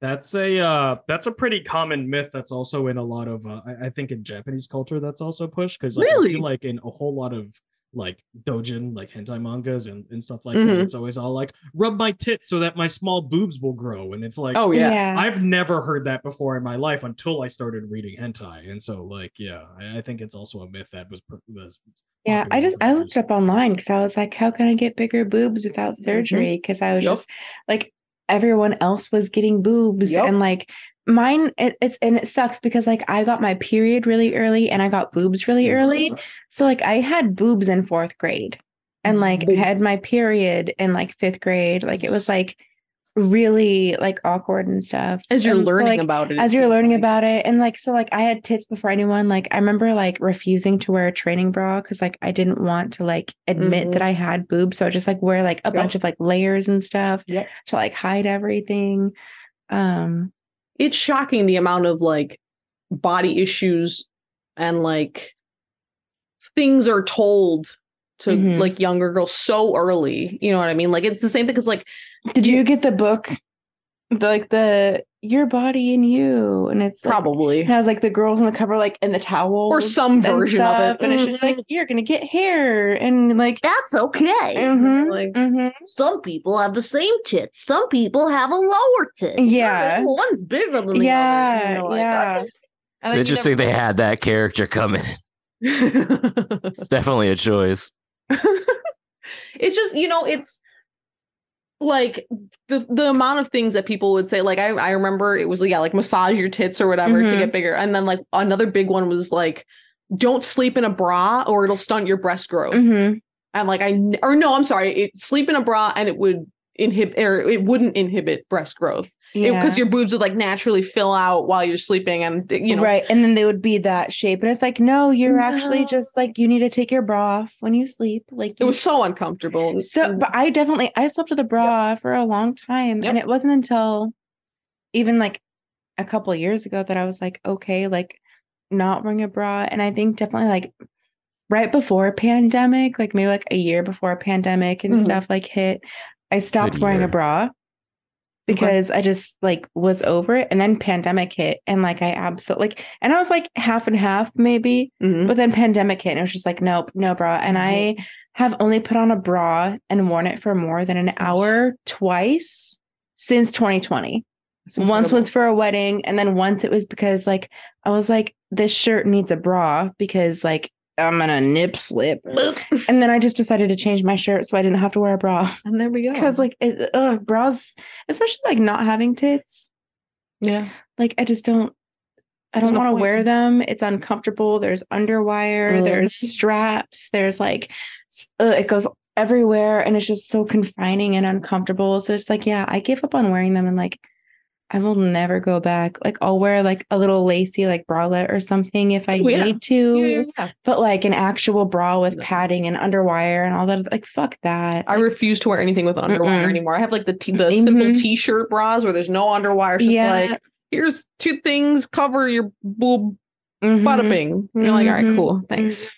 That's a uh, that's a pretty common myth. That's also in a lot of uh, I, I think in Japanese culture that's also pushed because like, I feel Really? like in a whole lot of like dojin like hentai mangas and, and stuff like that Mhm. it's always all like rub my tits so that my small boobs will grow and it's like Oh yeah. I've never heard that before in my life until I started reading hentai and so like yeah I, I think it's also a myth that was, pr- was Yeah, I popular just for I years. looked up online because I was like, how can I get bigger boobs without surgery? Because I was Mm-hmm. Yup. just like everyone else was getting boobs Yup. and like mine it, it's and it sucks because like I got my period really early and I got boobs really early. Mm-hmm. So like I had boobs in fourth grade and like I had Boobs. my period in like fifth grade. Like it was like really like awkward and stuff. As you're And so, learning like, about it, it as you're seems learning like. about it and like so like i had tits before anyone like i remember like refusing to wear a training bra because like i didn't want to like admit Mhm. that i had boobs so i just like wear like a Yep. bunch of like layers and stuff Yep. to like hide everything um it's shocking the amount of like body issues and like things are told to Mhm. like younger girls so early you know what i mean like it's the same thing because like did you get the book the, like the your body and you and it's like, probably it has like the girls on the cover like in the towel or some version of it Mm-hmm. and it's just like you're gonna get hair and like That's okay. Mhm. like mhm. Mm-hmm. Some people have the same tit. Some people have a lower tit. Yeah. One's bigger than the other. yeah and you're like, yeah and it's then you interesting they had that character coming <laughs> never- <laughs> it's definitely a choice <laughs> it's just you know it's like the the amount of things that people would say like i i remember it was yeah like massage your tits or whatever to Mhm. get bigger and then like another big one was like don't sleep in a bra or it'll stunt your breast growth Mhm. and like i n- or no i'm sorry it, sleep in a bra and it would inhibit or it wouldn't inhibit breast growth Yeah. because your boobs would like naturally fill out while you're sleeping and you know right and then they would be that shape and it's like no you're actually No. just like you need to take your bra off when you sleep like it you- was so uncomfortable Mm-hmm. so but i definitely i slept with a bra for a long time Yep. and it wasn't until even like a couple years ago that i was like okay like not wearing a bra and i think definitely like right before pandemic like maybe like a year before pandemic and Mhm. stuff like hit i stopped Good wearing year. a bra because I just like was over it. And then pandemic hit and like I absolutely like and I was like half and half maybe, Mhm. but then pandemic hit and it was just like nope, no bra. And I have only put on a bra and worn it for more than an hour twice since 2020. It's Once incredible. was for a wedding, and then once it was because like I was like, this shirt needs a bra because like I'm gonna nip slip. and then I just decided to change my shirt so I didn't have to wear a bra. and there we go. Because like it, ugh, bras, especially like not having tits, yeah, like I just don't. I There's don't no want to point. wear them. It's uncomfortable. There's underwire. Mm. There's straps. There's like, s- ugh, it goes everywhere, and it's just so confining and uncomfortable. So it's like, yeah, I give up on wearing them, and like, I will never go back. Like, I'll wear like a little lacy like bralette or something if I Oh, yeah. need to, Yeah, yeah, yeah. but like an actual bra with No. padding and underwire and all that. Like, fuck that. I refuse to wear anything with underwire Mm-mm. anymore. I have like the t- the simple Mhm. t-shirt bras where there's no underwire. It's just Yeah. like here's two things cover your boob, Mhm. bada bing. And You're like, all right, Mhm. cool, thanks.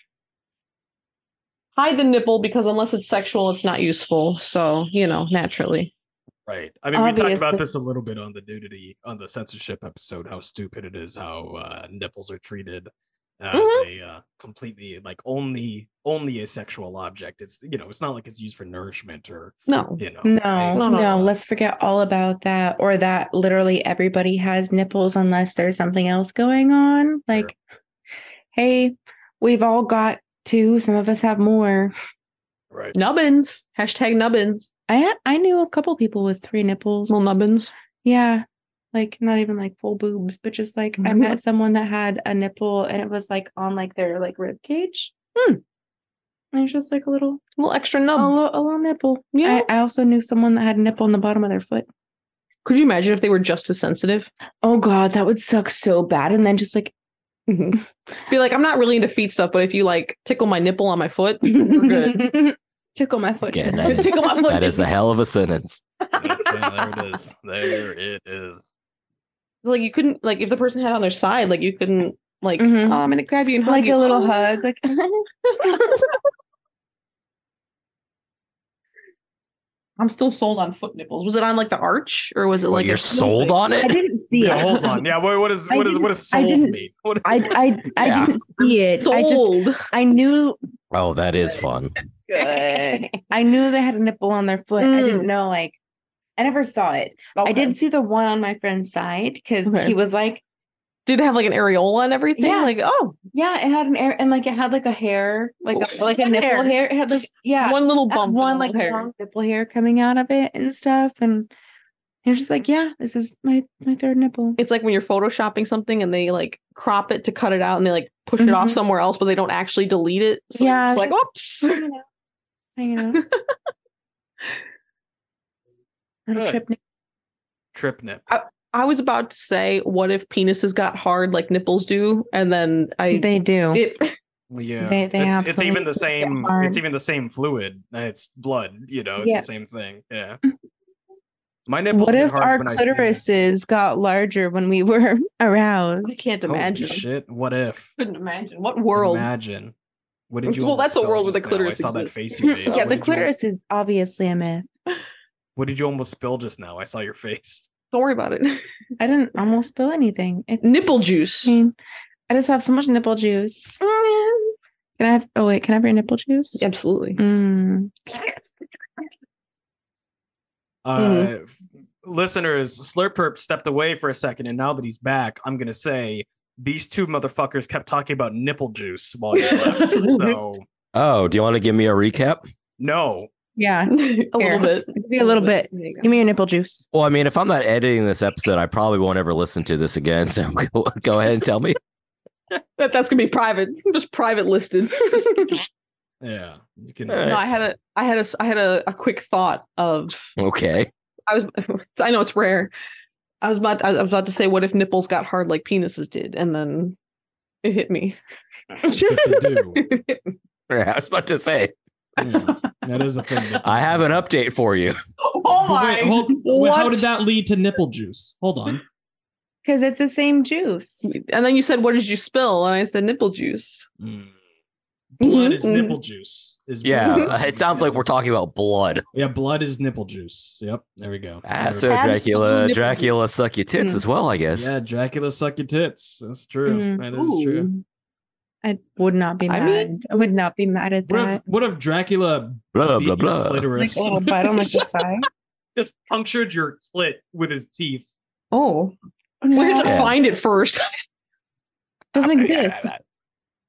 Mm-hmm. Hide the nipple because unless it's sexual, it's not useful. So you know, naturally. Right. I mean, we talked Obviously. about this a little bit on the nudity, on the censorship episode, how stupid it is, how uh, nipples are treated as Mm-hmm. a uh, completely like only only a sexual object. It's you know, it's not like it's used for nourishment or No. you know. No, No, no, no, no. Let's forget all about that, or that literally everybody has nipples unless there's something else going on. Like, hey, we've all got two. Some of us have more. Right. Nubbins. Hashtag nubbins. I I knew a couple people with three nipples. Little nubbins. Yeah. Like not even like full boobs, but just like I Mhm. met someone that had a nipple and it was like on like their like rib cage. Hmm. And it was just like a little Little extra a nub. little, a little nipple. Yeah. I, I also knew someone that had a nipple on the bottom of their foot. Could you imagine if they were just as sensitive? Oh god, that would suck so bad. And then just <laughs> like Be like, I'm not really into feet stuff, but if you like tickle my nipple on my foot, we're good. <laughs> tickle my foot. <laughs> Again, I- tickle my foot. That is the hell of a sentence. <laughs> Yeah, there it is. There it <laughs> is. like you couldn't like if the person had it on their side, like you couldn't like Mhm. oh, I'm gonna grab you and hug <laughs> like you. a little Oh. hug. Like I'm still sold on foot nipples. Was it on like the arch or was it What, like you're a- sold on I it? didn't see Yeah, it. hold on. Yeah, what, what is I what is what is didn't- I sold didn't mean? What- I I, I Yeah. didn't see it. I just Sold. I knew Oh, that is fun. good. <laughs> I knew they had a nipple on their foot. I Mm. didn't know like I never saw it. I did see the one on my friend's side because Okay. he was like, Did it have like an areola and everything? Yeah. Like oh, yeah, it had an air and like it had like a hair, like a, like a Hair. nipple hair. It had like Just yeah, one little bump, and one a like little hair. long nipple hair coming out of it and stuff. And you're just like, yeah, this is my my third nipple. It's like when you're photoshopping something and they like crop it to cut it out and they like push it off Mhm. somewhere else, but they don't actually delete it. So Yeah, yeah, it's like oops. <laughs> Hanging out. Hanging out. <laughs> Little Good. trip nip- Trip nip. I was about to say, what if penises got hard like nipples do, and then I They do. it, <laughs> Yeah. They- they it's, it's even absolutely the same hard. it's even the same fluid. It's blood, you know, it's Yeah. Mm-hmm. the same thing. Yeah. My nipples what get if hard our when I sneeze. clitorises got larger when we <laughs> were I aroused? can't Holy imagine. shit. What if? Couldn't imagine what world. Imagine. What did you Well, almost that's a spell world where just now? the I clitoris saw that face exists. <laughs> you made. Yeah, yeah, What did the you- clitoris is obviously a myth. what did you almost spill just now? I saw your face. Don't worry about it. <laughs> I didn't almost spill anything. It's Nipple juice. I mean, I just have so much nipple juice. Can I have? Oh wait, can I have your nipple juice? Absolutely. Mm. Uh Mhm. f- Mm-hmm. listeners, Slurperp stepped away for a second, and now that he's back, I'm gonna say these two motherfuckers kept talking about nipple juice while you left. <laughs> so Oh, do you want to give me a recap? no. Yeah, <laughs> a Here. little bit. be a little bit. There you go. Give me your nipple juice. Well, I mean, if I'm not editing this episode, I probably won't ever listen to this again. So <laughs> go, go ahead and tell me. that, that's gonna be private. Just private listed. <laughs> Just- Yeah. You can All right. no, I had a, I had a, I had a, a quick thought of. Okay. I was. <laughs> I know it's rare. I was about. I was about to say, what if nipples got hard like penises did, and then it hit me. <laughs> Oh What they do. <laughs> I was about to say, Yeah, that is a thing. that- I have an update for you. oh my! Wait, hold, wait, what? how did that lead to nipple juice? Hold on. Because it's the same juice. and then you said, "What did you spill?" And I said, "Nipple juice." blood is Mhm. nipple juice. Is what- <laughs> Yeah, uh, it sounds like we're talking about blood. Yeah, blood is nipple juice. Yep, there we go. Ah, There so we go. Dracula, <laughs> Dracula suck your tits as well, I guess. yeah, Dracula suck your tits. That's true. Mhm. That is true. I would not be I mad. I, mean- would not be mad at What if that. what if Dracula Blah beat blah your blah. Like clitoris? a little bite on like the side. just punctured your clit with his teeth. Oh, we have No, to find it first. <laughs> <laughs> doesn't exist.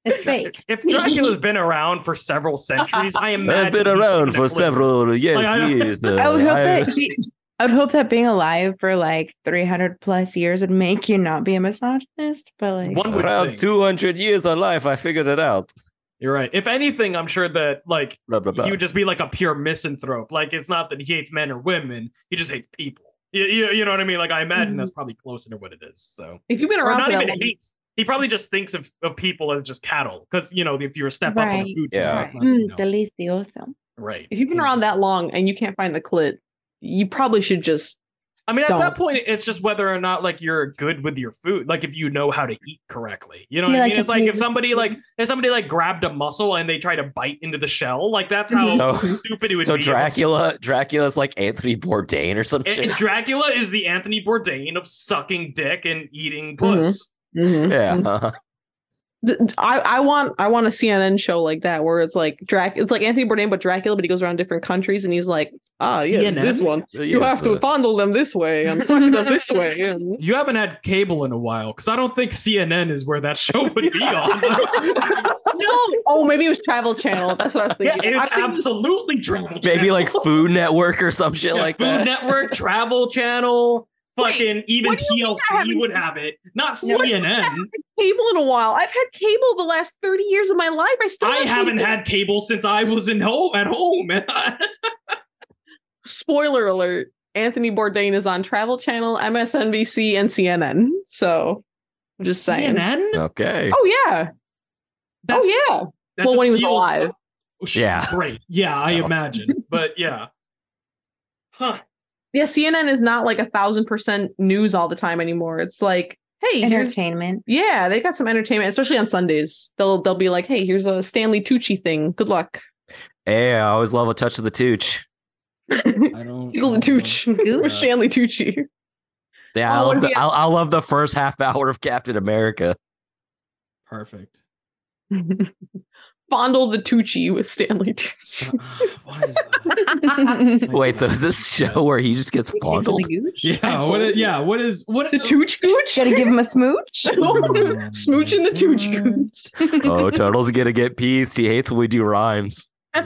It's fake. If Dracula's been around for several centuries, I imagine I've been he's around seen a for clit. several years. Like, I- years, uh, I would hope I- that he, I would hope that being alive for like 300 plus years would make you not be a misogynist, but like One would around think. 200 years alive, I figured it out. You're right. If anything, I'm sure that like Blah blah blah. he would just be like a pure misanthrope. Like it's not that he hates men or women; he just hates people. You, you, you know what I mean? Like I imagine Mm-hmm. Mhm. that's probably closer to what it is. So If you've been or around not for that even long- hates. He probably just thinks of, of people as just cattle because you know if you're a step up on the Right. food chain, Yeah. that's not, you mm, know, delicioso. right. if you've been He's around just- that long and you can't find the clit, you probably should just I mean, at that Don't. point, it's just whether or not like you're good with your food, like if you know how to eat correctly. You know what Yeah, I like mean? It's if like you- if somebody like if somebody like grabbed a muscle and they try to bite into the shell, like that's Mm-hmm. how Mhm. So- stupid it would So be. Dracula, Dracula's like Anthony Bourdain or some And- shit. and Dracula is the Anthony Bourdain of sucking dick and eating Mm-hmm. puss. Mm-hmm. Yeah. uh-huh. Th- I, I want I want a CNN show like that where it's like Drac it's like Anthony Bourdain but Dracula but he goes around different countries and he's like ah yes CNN? this one <laughs> you Yes, have to uh, fondle them this way and suck them this <laughs> way and You haven't had cable in a while because I don't think CNN is where that show would be <laughs> on. no oh maybe it was Travel Channel that's what I was <laughs> yeah, thinking it's I think- absolutely Dracula. Maybe like Food Network or some shit Yeah, like Food that. Network, Travel Channel, <laughs> Wait, fucking even what do you mean TLC I haven't- would have it, not No. CNN. cable in a while I've had cable the last thirty years of my life I still I have haven't cable. had cable since I was in home at home. <laughs> man. spoiler alert Anthony Bourdain is on Travel Channel MSNBC and CNN so I'm just saying CNN? Okay. oh yeah That- oh yeah That well just when he was feels- alive. Oh, shit, Yeah. Great. Yeah, I No. imagine. But <laughs> yeah. Huh. Yeah, CNN is not like a thousand percent news all the time anymore. It's like, hey, here's- Entertainment. Yeah, they got some entertainment, especially on Sundays. They'll they'll be like, hey, here's a Stanley Tucci thing. Good luck. Yeah, I always love a touch of the tooch. I don't. Tickle the Tooch <laughs> with Oh, Yeah. Stanley Tucci. <laughs> Yeah, I Oh, love the, yes. I, I love the first half hour of Captain America. Perfect. Fondle the Tucci with Stanley <laughs> <laughs> Why is that? Tucci. My Wait, so God. is this show where he just gets fondled? Yeah. What? Is, yeah. What is? What? the Tooch Gooch? Gotta give him a smooch. <laughs> Smooching the <laughs> Tooch <laughs> Gooch. <laughs> oh, Turtle's gonna get pieced. He hates when we do rhymes. It's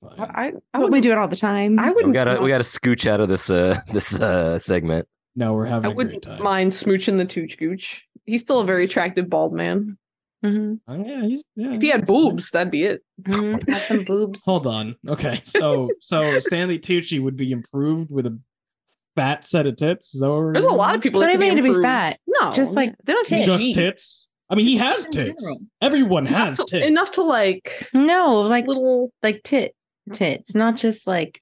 fine. I, I hope we do it all the time. I wouldn't We gotta we mind- gotta scooch out of this uh this uh segment. no, we're I having a great wouldn't time. mind smooching the Tooch Gooch. He's still a very attractive bald man. Mhm, Oh, yeah, he's, yeah, If he had boobs, that'd be it. mhm. Have some boobs. Hold on. <laughs> Okay. So so Stanley Tucci would be improved with a fat set of tits. Is that what we're There's a doing? lot of people Don't that even can need to be improved. fat. No, Just, like, they don't take just Jeez. tits. I mean, he has In general. tits. Everyone enough has to- tits. enough to like No, like little. like tit tits, not just like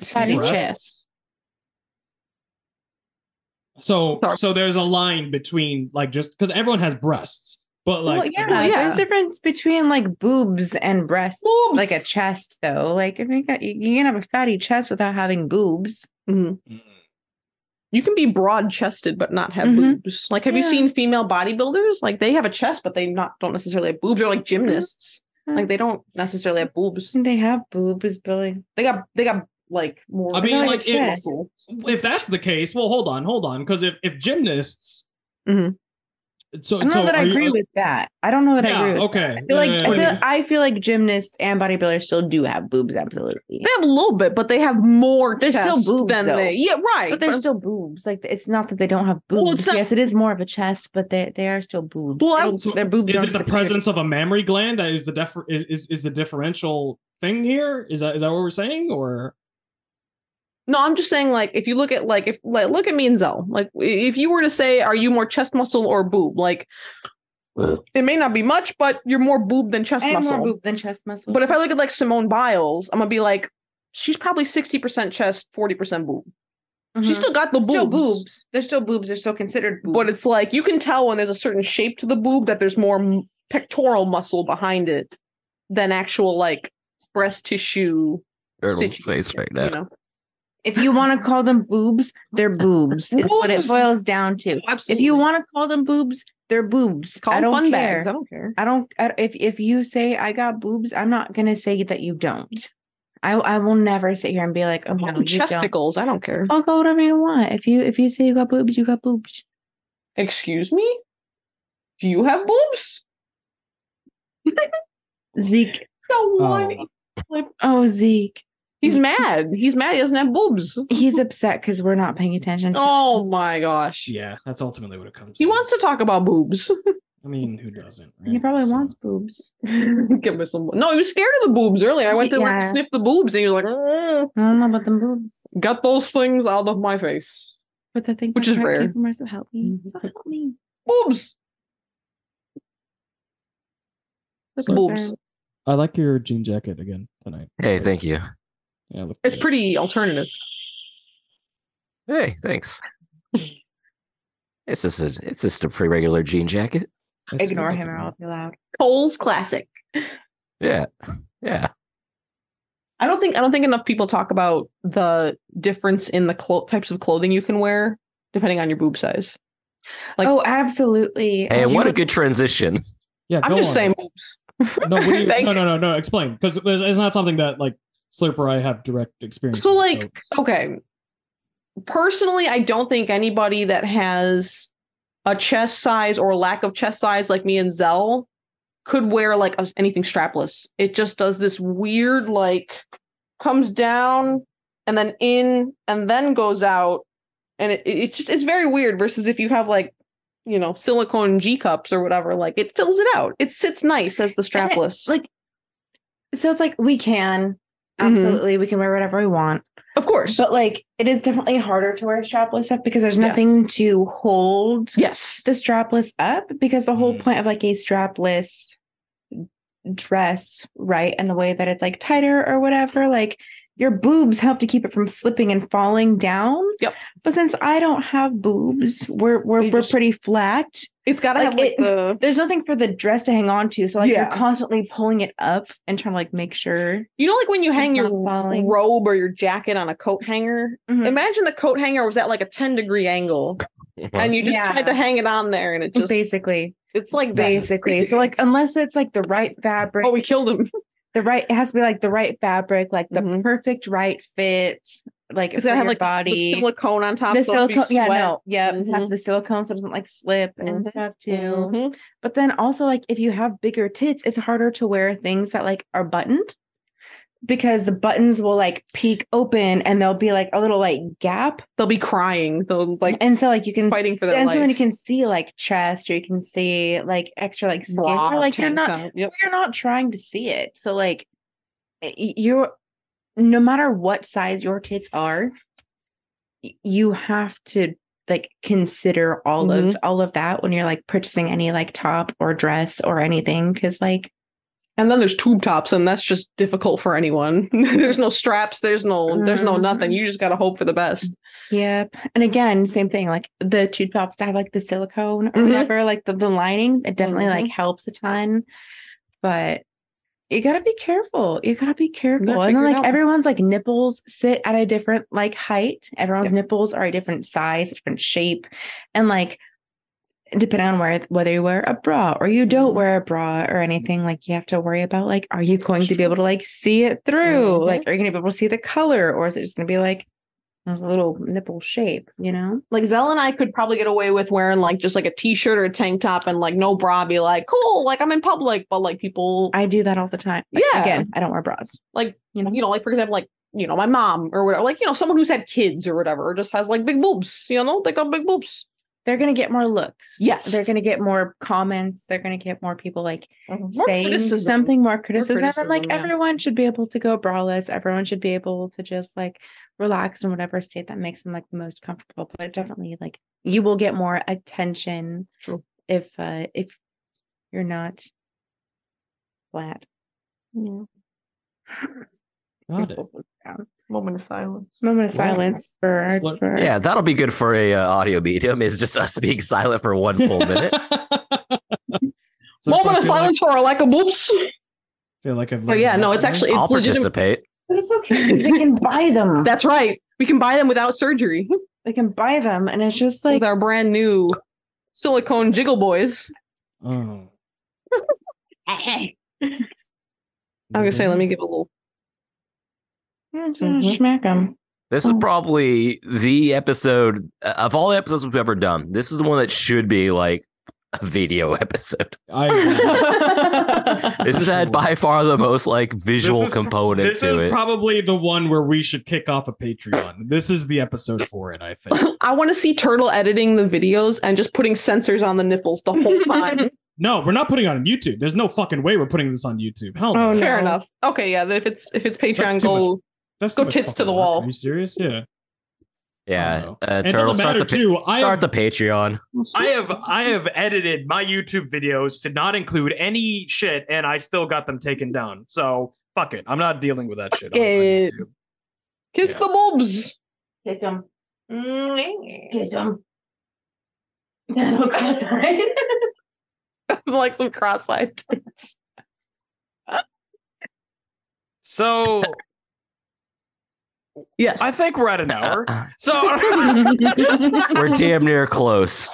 fatty chest. Breasts. So Sorry. so there's a line between like just because everyone has breasts, but Well, like yeah, Well, yeah. uh, there's a difference between like boobs and breasts. Boobs! Like a chest, though. Like if you got, you, you can have a fatty chest without having boobs. Mhm. Mm. You can be broad-chested but not have Mhm. boobs. Like, have you Yeah. seen female bodybuilders? Like, they have a chest, but they not don't necessarily have boobs. Or like gymnasts, Mhm. like they don't necessarily have boobs. They have boobs, but like They got they got like more. I mean, they got, like, it- muscle. if that's the case, well, hold on, hold on, because if if gymnasts, Mhm. so I don't so know Mm-hmm. that I are you- agree with that. I don't know that I yeah, agree with. okay, I feel like Yeah, I, yeah, feel, I feel like gymnasts and bodybuilders still do have boobs, absolutely. They have a little bit, but they have more There's still chest boobs, than though. they. Yeah, right. But they're still boobs. Like it's not that they don't have boobs. Well, it's not- yes, it is more of a chest, but they they are still boobs. Well, I- They don't- So their boobs. is don't it the disappear. presence of a mammary gland that is the def- is, is is the differential thing here? Is that is that what we're saying? Or No, I'm just saying, like, if you look at like if like look at me and Zell, like i- if you were to say, are you more chest muscle or boob? Like, it may not be much, but you're more boob than chest I have muscle. more boob than chest muscle. But if I look at like Simone Biles, I'm gonna be like, she's probably sixty percent chest, forty percent boob. She's Mhm. still got the boobs, still boobs. They're still boobs. They're still considered boobs. but it's like you can tell when there's a certain shape to the boob that there's more m- pectoral muscle behind it than actual like breast tissue. Turtle's situ- face right you now. know? If you want to call them boobs, they're boobs. Is what it Boobs! boils down to. If Absolutely. you want to call them boobs, they're boobs. call I them don't fun care. bags, I don't care. I don't. I, if if you say I got boobs, I'm not gonna say that you don't. I I will never sit here and be like, oh Call no, them you don't. chesticles, I don't care. I'll go whatever you want. If you if you say you got boobs, you got boobs. Excuse me? Do you have boobs? Zeke. He's got one. Oh. Oh Zeke. He's mad. He's mad. He doesn't have boobs. He's upset because we're not paying attention. Oh my gosh. Yeah, that's ultimately what it comes. He wants to talk about boobs. <laughs> I mean, who doesn't? he right? probably So- wants boobs. Give me some. No, he was scared of the boobs earlier. I went to like Yeah. sniff the boobs, and he was like, "Mm, I don't know about them boobs. "Get those things out of my face, But the thing Which is rare. People are so help me. So help me. boobs." So So- concerned. Boobs. I like your jean jacket again tonight. Hey, thank you. Yeah, look It's good. pretty alternative. Hey, thanks. it's just a it's just a pretty regular jean jacket. It's Ignore good him looking, or I'll be loud. Cole's classic. Yeah, yeah. I don't think I don't think enough people talk about the difference in the clo- types of clothing you can wear depending on your boob size. Like- oh, absolutely. Hey, Oh, what a you- good transition. Yeah, I'm go just on. saying boobs. No, what do <laughs> you, Thank no, you. no, no, no. Explain, because it's not something that like Slurp or I have direct experience. So, in, like, okay. Personally, I don't think anybody that has a chest size or lack of chest size like me and Zell could wear like a- anything strapless. It just does this weird like comes down and then in and then goes out and it, it's just it's very weird versus if you have like you know silicone G cups or whatever like it fills it out. It sits nice as the And it- strapless. Like, so it's like we can Mhm. absolutely we can wear whatever we want, of course. but like it is definitely harder to wear strapless stuff because there's Yeah. nothing to hold yes. the strapless up because the whole Mm. point of like a strapless dress, right, and the way that it's like tighter or whatever, like your boobs help to keep it from slipping and falling down. Yep. But since I don't have boobs, we're we're, You we're just- pretty flat. It's got to Like, have like it- <laughs> the there's nothing for the dress to hang on to. So like Yeah. you're constantly pulling it up and trying to like make sure. You know, like when you hang It's your not falling. Mm-hmm. robe or your jacket on a coat hanger. Imagine the coat hanger was at like a ten degree angle, and you just Yeah. tried to hang it on there, and it just basically, it's like that. basically. So like unless it's like the right fabric, Oh, we killed him. the right it has to be like the right fabric, like the Mhm. perfect right fit, like It's for gonna have your like the- body. The, silicone on top. the so it'll be silicone, yeah, sweat. no, yeah, Mhm. have the silicone so it doesn't like slip and Mhm. stuff too. Mhm. But then also like if you have bigger tits, it's harder to wear things that like are buttoned because the buttons will like peek open and there'll be like a little like gap They'll be crying. They'll like and so like you can fighting for that. their and so then you life. can see like chest or you can see like extra like skin bra, or, like you're tank not top. Yep. you're not trying to see it so like y- you're no matter what size your tits are y- you have to like consider all of all of that when you're like purchasing any like top or dress or anything because like And then there's tube tops, and that's just difficult for anyone. <laughs> there's no straps. There's no. There's no Mhm. nothing. You just gotta hope for the best. Yep. And again, same thing, like the tube tops that have like the silicone or Mhm. whatever, like the, the lining, it definitely like helps a ton. But you gotta be careful. You gotta be careful. And figure then it like out. everyone's like nipples sit at a different like height. Everyone's nipples are a different size, a different shape. And like depending on where whether you wear a bra or you Mm-hmm. don't wear a bra or anything, like you have to worry about like, are you going to be able to like see it through? Mhm. Like, are you gonna be able to see the color? Or is it just gonna be like a little nipple shape, you know? Like Zell and I could probably get away with wearing like just like a t-shirt or a tank top and like no bra, be like cool, like I'm in public. But like people, I do that all the time. Like, Yeah. Again, I don't wear bras. you know, like for example, like you know, my mom or whatever, like you know, someone who's had kids or whatever, or just has like big boobs. You know, they got big boobs. They're gonna get more looks. Yes. They're gonna get more comments. They're gonna get Mm-hmm. more people like More saying criticism. something more criticism. and like criticism, yeah. everyone should be able to go braless. Everyone should be able to just like relax in whatever state that makes them like the most comfortable. But definitely like you will get more attention True. if uh if you're not flat. Yeah. Got it. Moment of silence. Moment of Wow. silence for, Slurp. for Yeah, that'll be good <laughs> for <laughs> a uh, audio medium. Is just us being silent for one full minute. So moment of feel like- silence for like a whoops. Uh-huh. feel like I've. But yeah, no, it's actually I'll it's legitimate. participate. But it's okay. they I can <laughs> can buy them. That's right. We can buy them without surgery they can buy them, and it's just <laughs> like with our brand new silicone jiggle boys. Oh. I'm gonna say, let me give a little. mm, just Mhm. smack them. This is Oh. probably the episode uh, of all the episodes we've ever done. This is the one that should be like a video <laughs> episode. <laughs> I. This has had by far the most like visual is- component This to is it. probably the one where we should kick off a Patreon. This is the episode for it, I think. <laughs> I want to see Turtle editing the videos and just putting sensors on the nipples the <laughs> whole time. No, we're not putting it on YouTube. There's no fucking way we're putting this on YouTube. Hell no. Oh, no. Fair enough. Okay, yeah. If it's if it's Patreon That's too much. goal, That's Go too much tits to fucking the work. wall. Are you serious? Yeah. I yeah, don't know. uh, And it turtle doesn't start matter the pa- too. I start have, the Patreon. I have I have edited my YouTube videos to not include any shit, and I still got them taken down. So fuck it, I'm not dealing with that shit. on- on Good. YouTube. kiss Yeah. the bulbs. Kiss them. Kiss Mm-hmm. Kiss <laughs> Oh, them. <laughs> like some cross-eyed tits. So Yes. <laughs> I think we're at <laughs> an hour. So <laughs> We're damn near <laughs> close.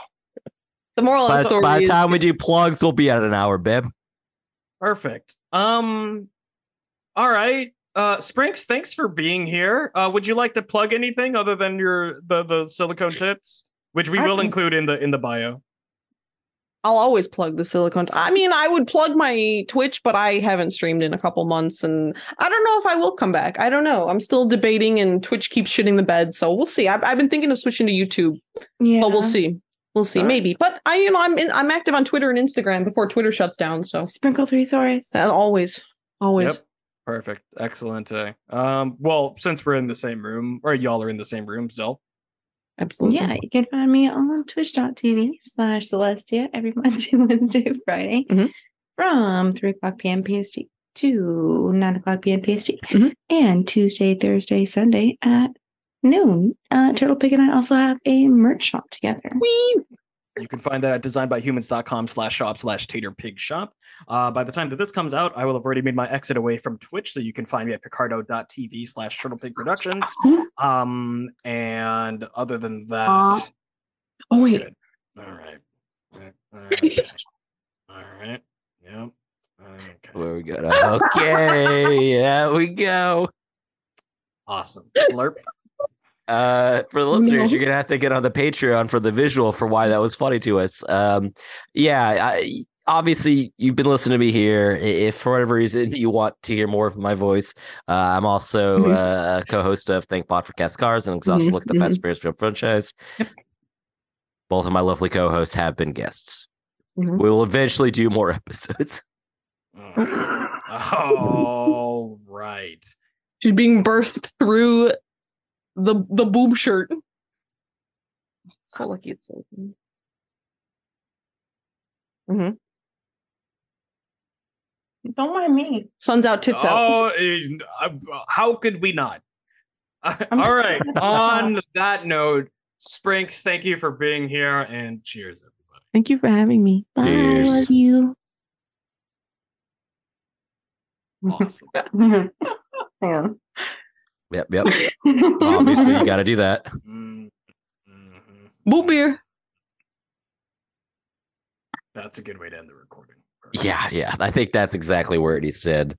the moral of By, the story by the is- time we do plugs, we'll be at an hour, babe. perfect. Um, all right. Uh, Sprinks, thanks for being here. Uh, would you like to plug anything other than your the the silicone tits, which we I will think- include in the in the bio? I'll always plug the silicone. I mean, I would plug my Twitch, but I haven't streamed in a couple months, and I don't know if I will come back. I don't know. I'm still debating, and Twitch keeps shitting the bed, so we'll see. I've, I've been thinking of switching to YouTube, Yeah, but we'll see. We'll see, maybe. But I, you know, I'm in, I'm active on Twitter and Instagram before Twitter shuts down. So <laughs> Sprinkle three stories. Uh, always, always. Yep. Perfect. Excellent. eh? Um, well, since we're in the same room, or y'all are in the same room, Zell. Absolutely. Yeah, you can find me on twitch.tv slash Celestia every <laughs> Monday, Wednesday, Friday Mhm. from 3 o'clock p.m. PST to 9 o'clock p.m. PST Mhm. and Tuesday, Thursday, Sunday at noon. Uh, Turtle Pig and I also have a merch shop together. You can find that at designbyhumans.com slash shop slash tater pig shop. Uh, by the time that this comes out, I will have already made my exit away from Twitch, so you can find me at picardo.tv slash turtle pig productions. Um, and other than that, Aw. Oh wait, good. All right. All right. All right. All right. Yep. Okay. Where we go? <laughs> Okay, yeah, we go. Awesome. <laughs> Slurp. Uh, for the listeners, you're gonna have to get on the Patreon for the visual for why that was funny to us. Um, yeah, I, obviously you've been listening to me here. I- If for whatever reason you want to hear more of my voice, uh, I'm also Mhm. uh, a co-host of Thank Pod for Cast Cars and Exhausted Mhm, Look at the mhm. Fast Furious Film franchise. Both of my lovely co-hosts have been guests. Mhm. We will eventually do more <laughs> episodes. All right. she's being birthed through the the boob shirt. So lucky it's open. Don't mind me. Sun's out, <laughs> tits out. oh, eh, uh, how could we not? <laughs> All right. On that note, Sprinks, thank you for being here and cheers, everybody. Thank you for having me. Bye. Cheers. I love you. <laughs> Awesome. Yep, yep. obviously, you got to do that. Mm, mhm. Boob beer. That's a good way to end the recording. Yeah, yeah. I think that's exactly where it is said.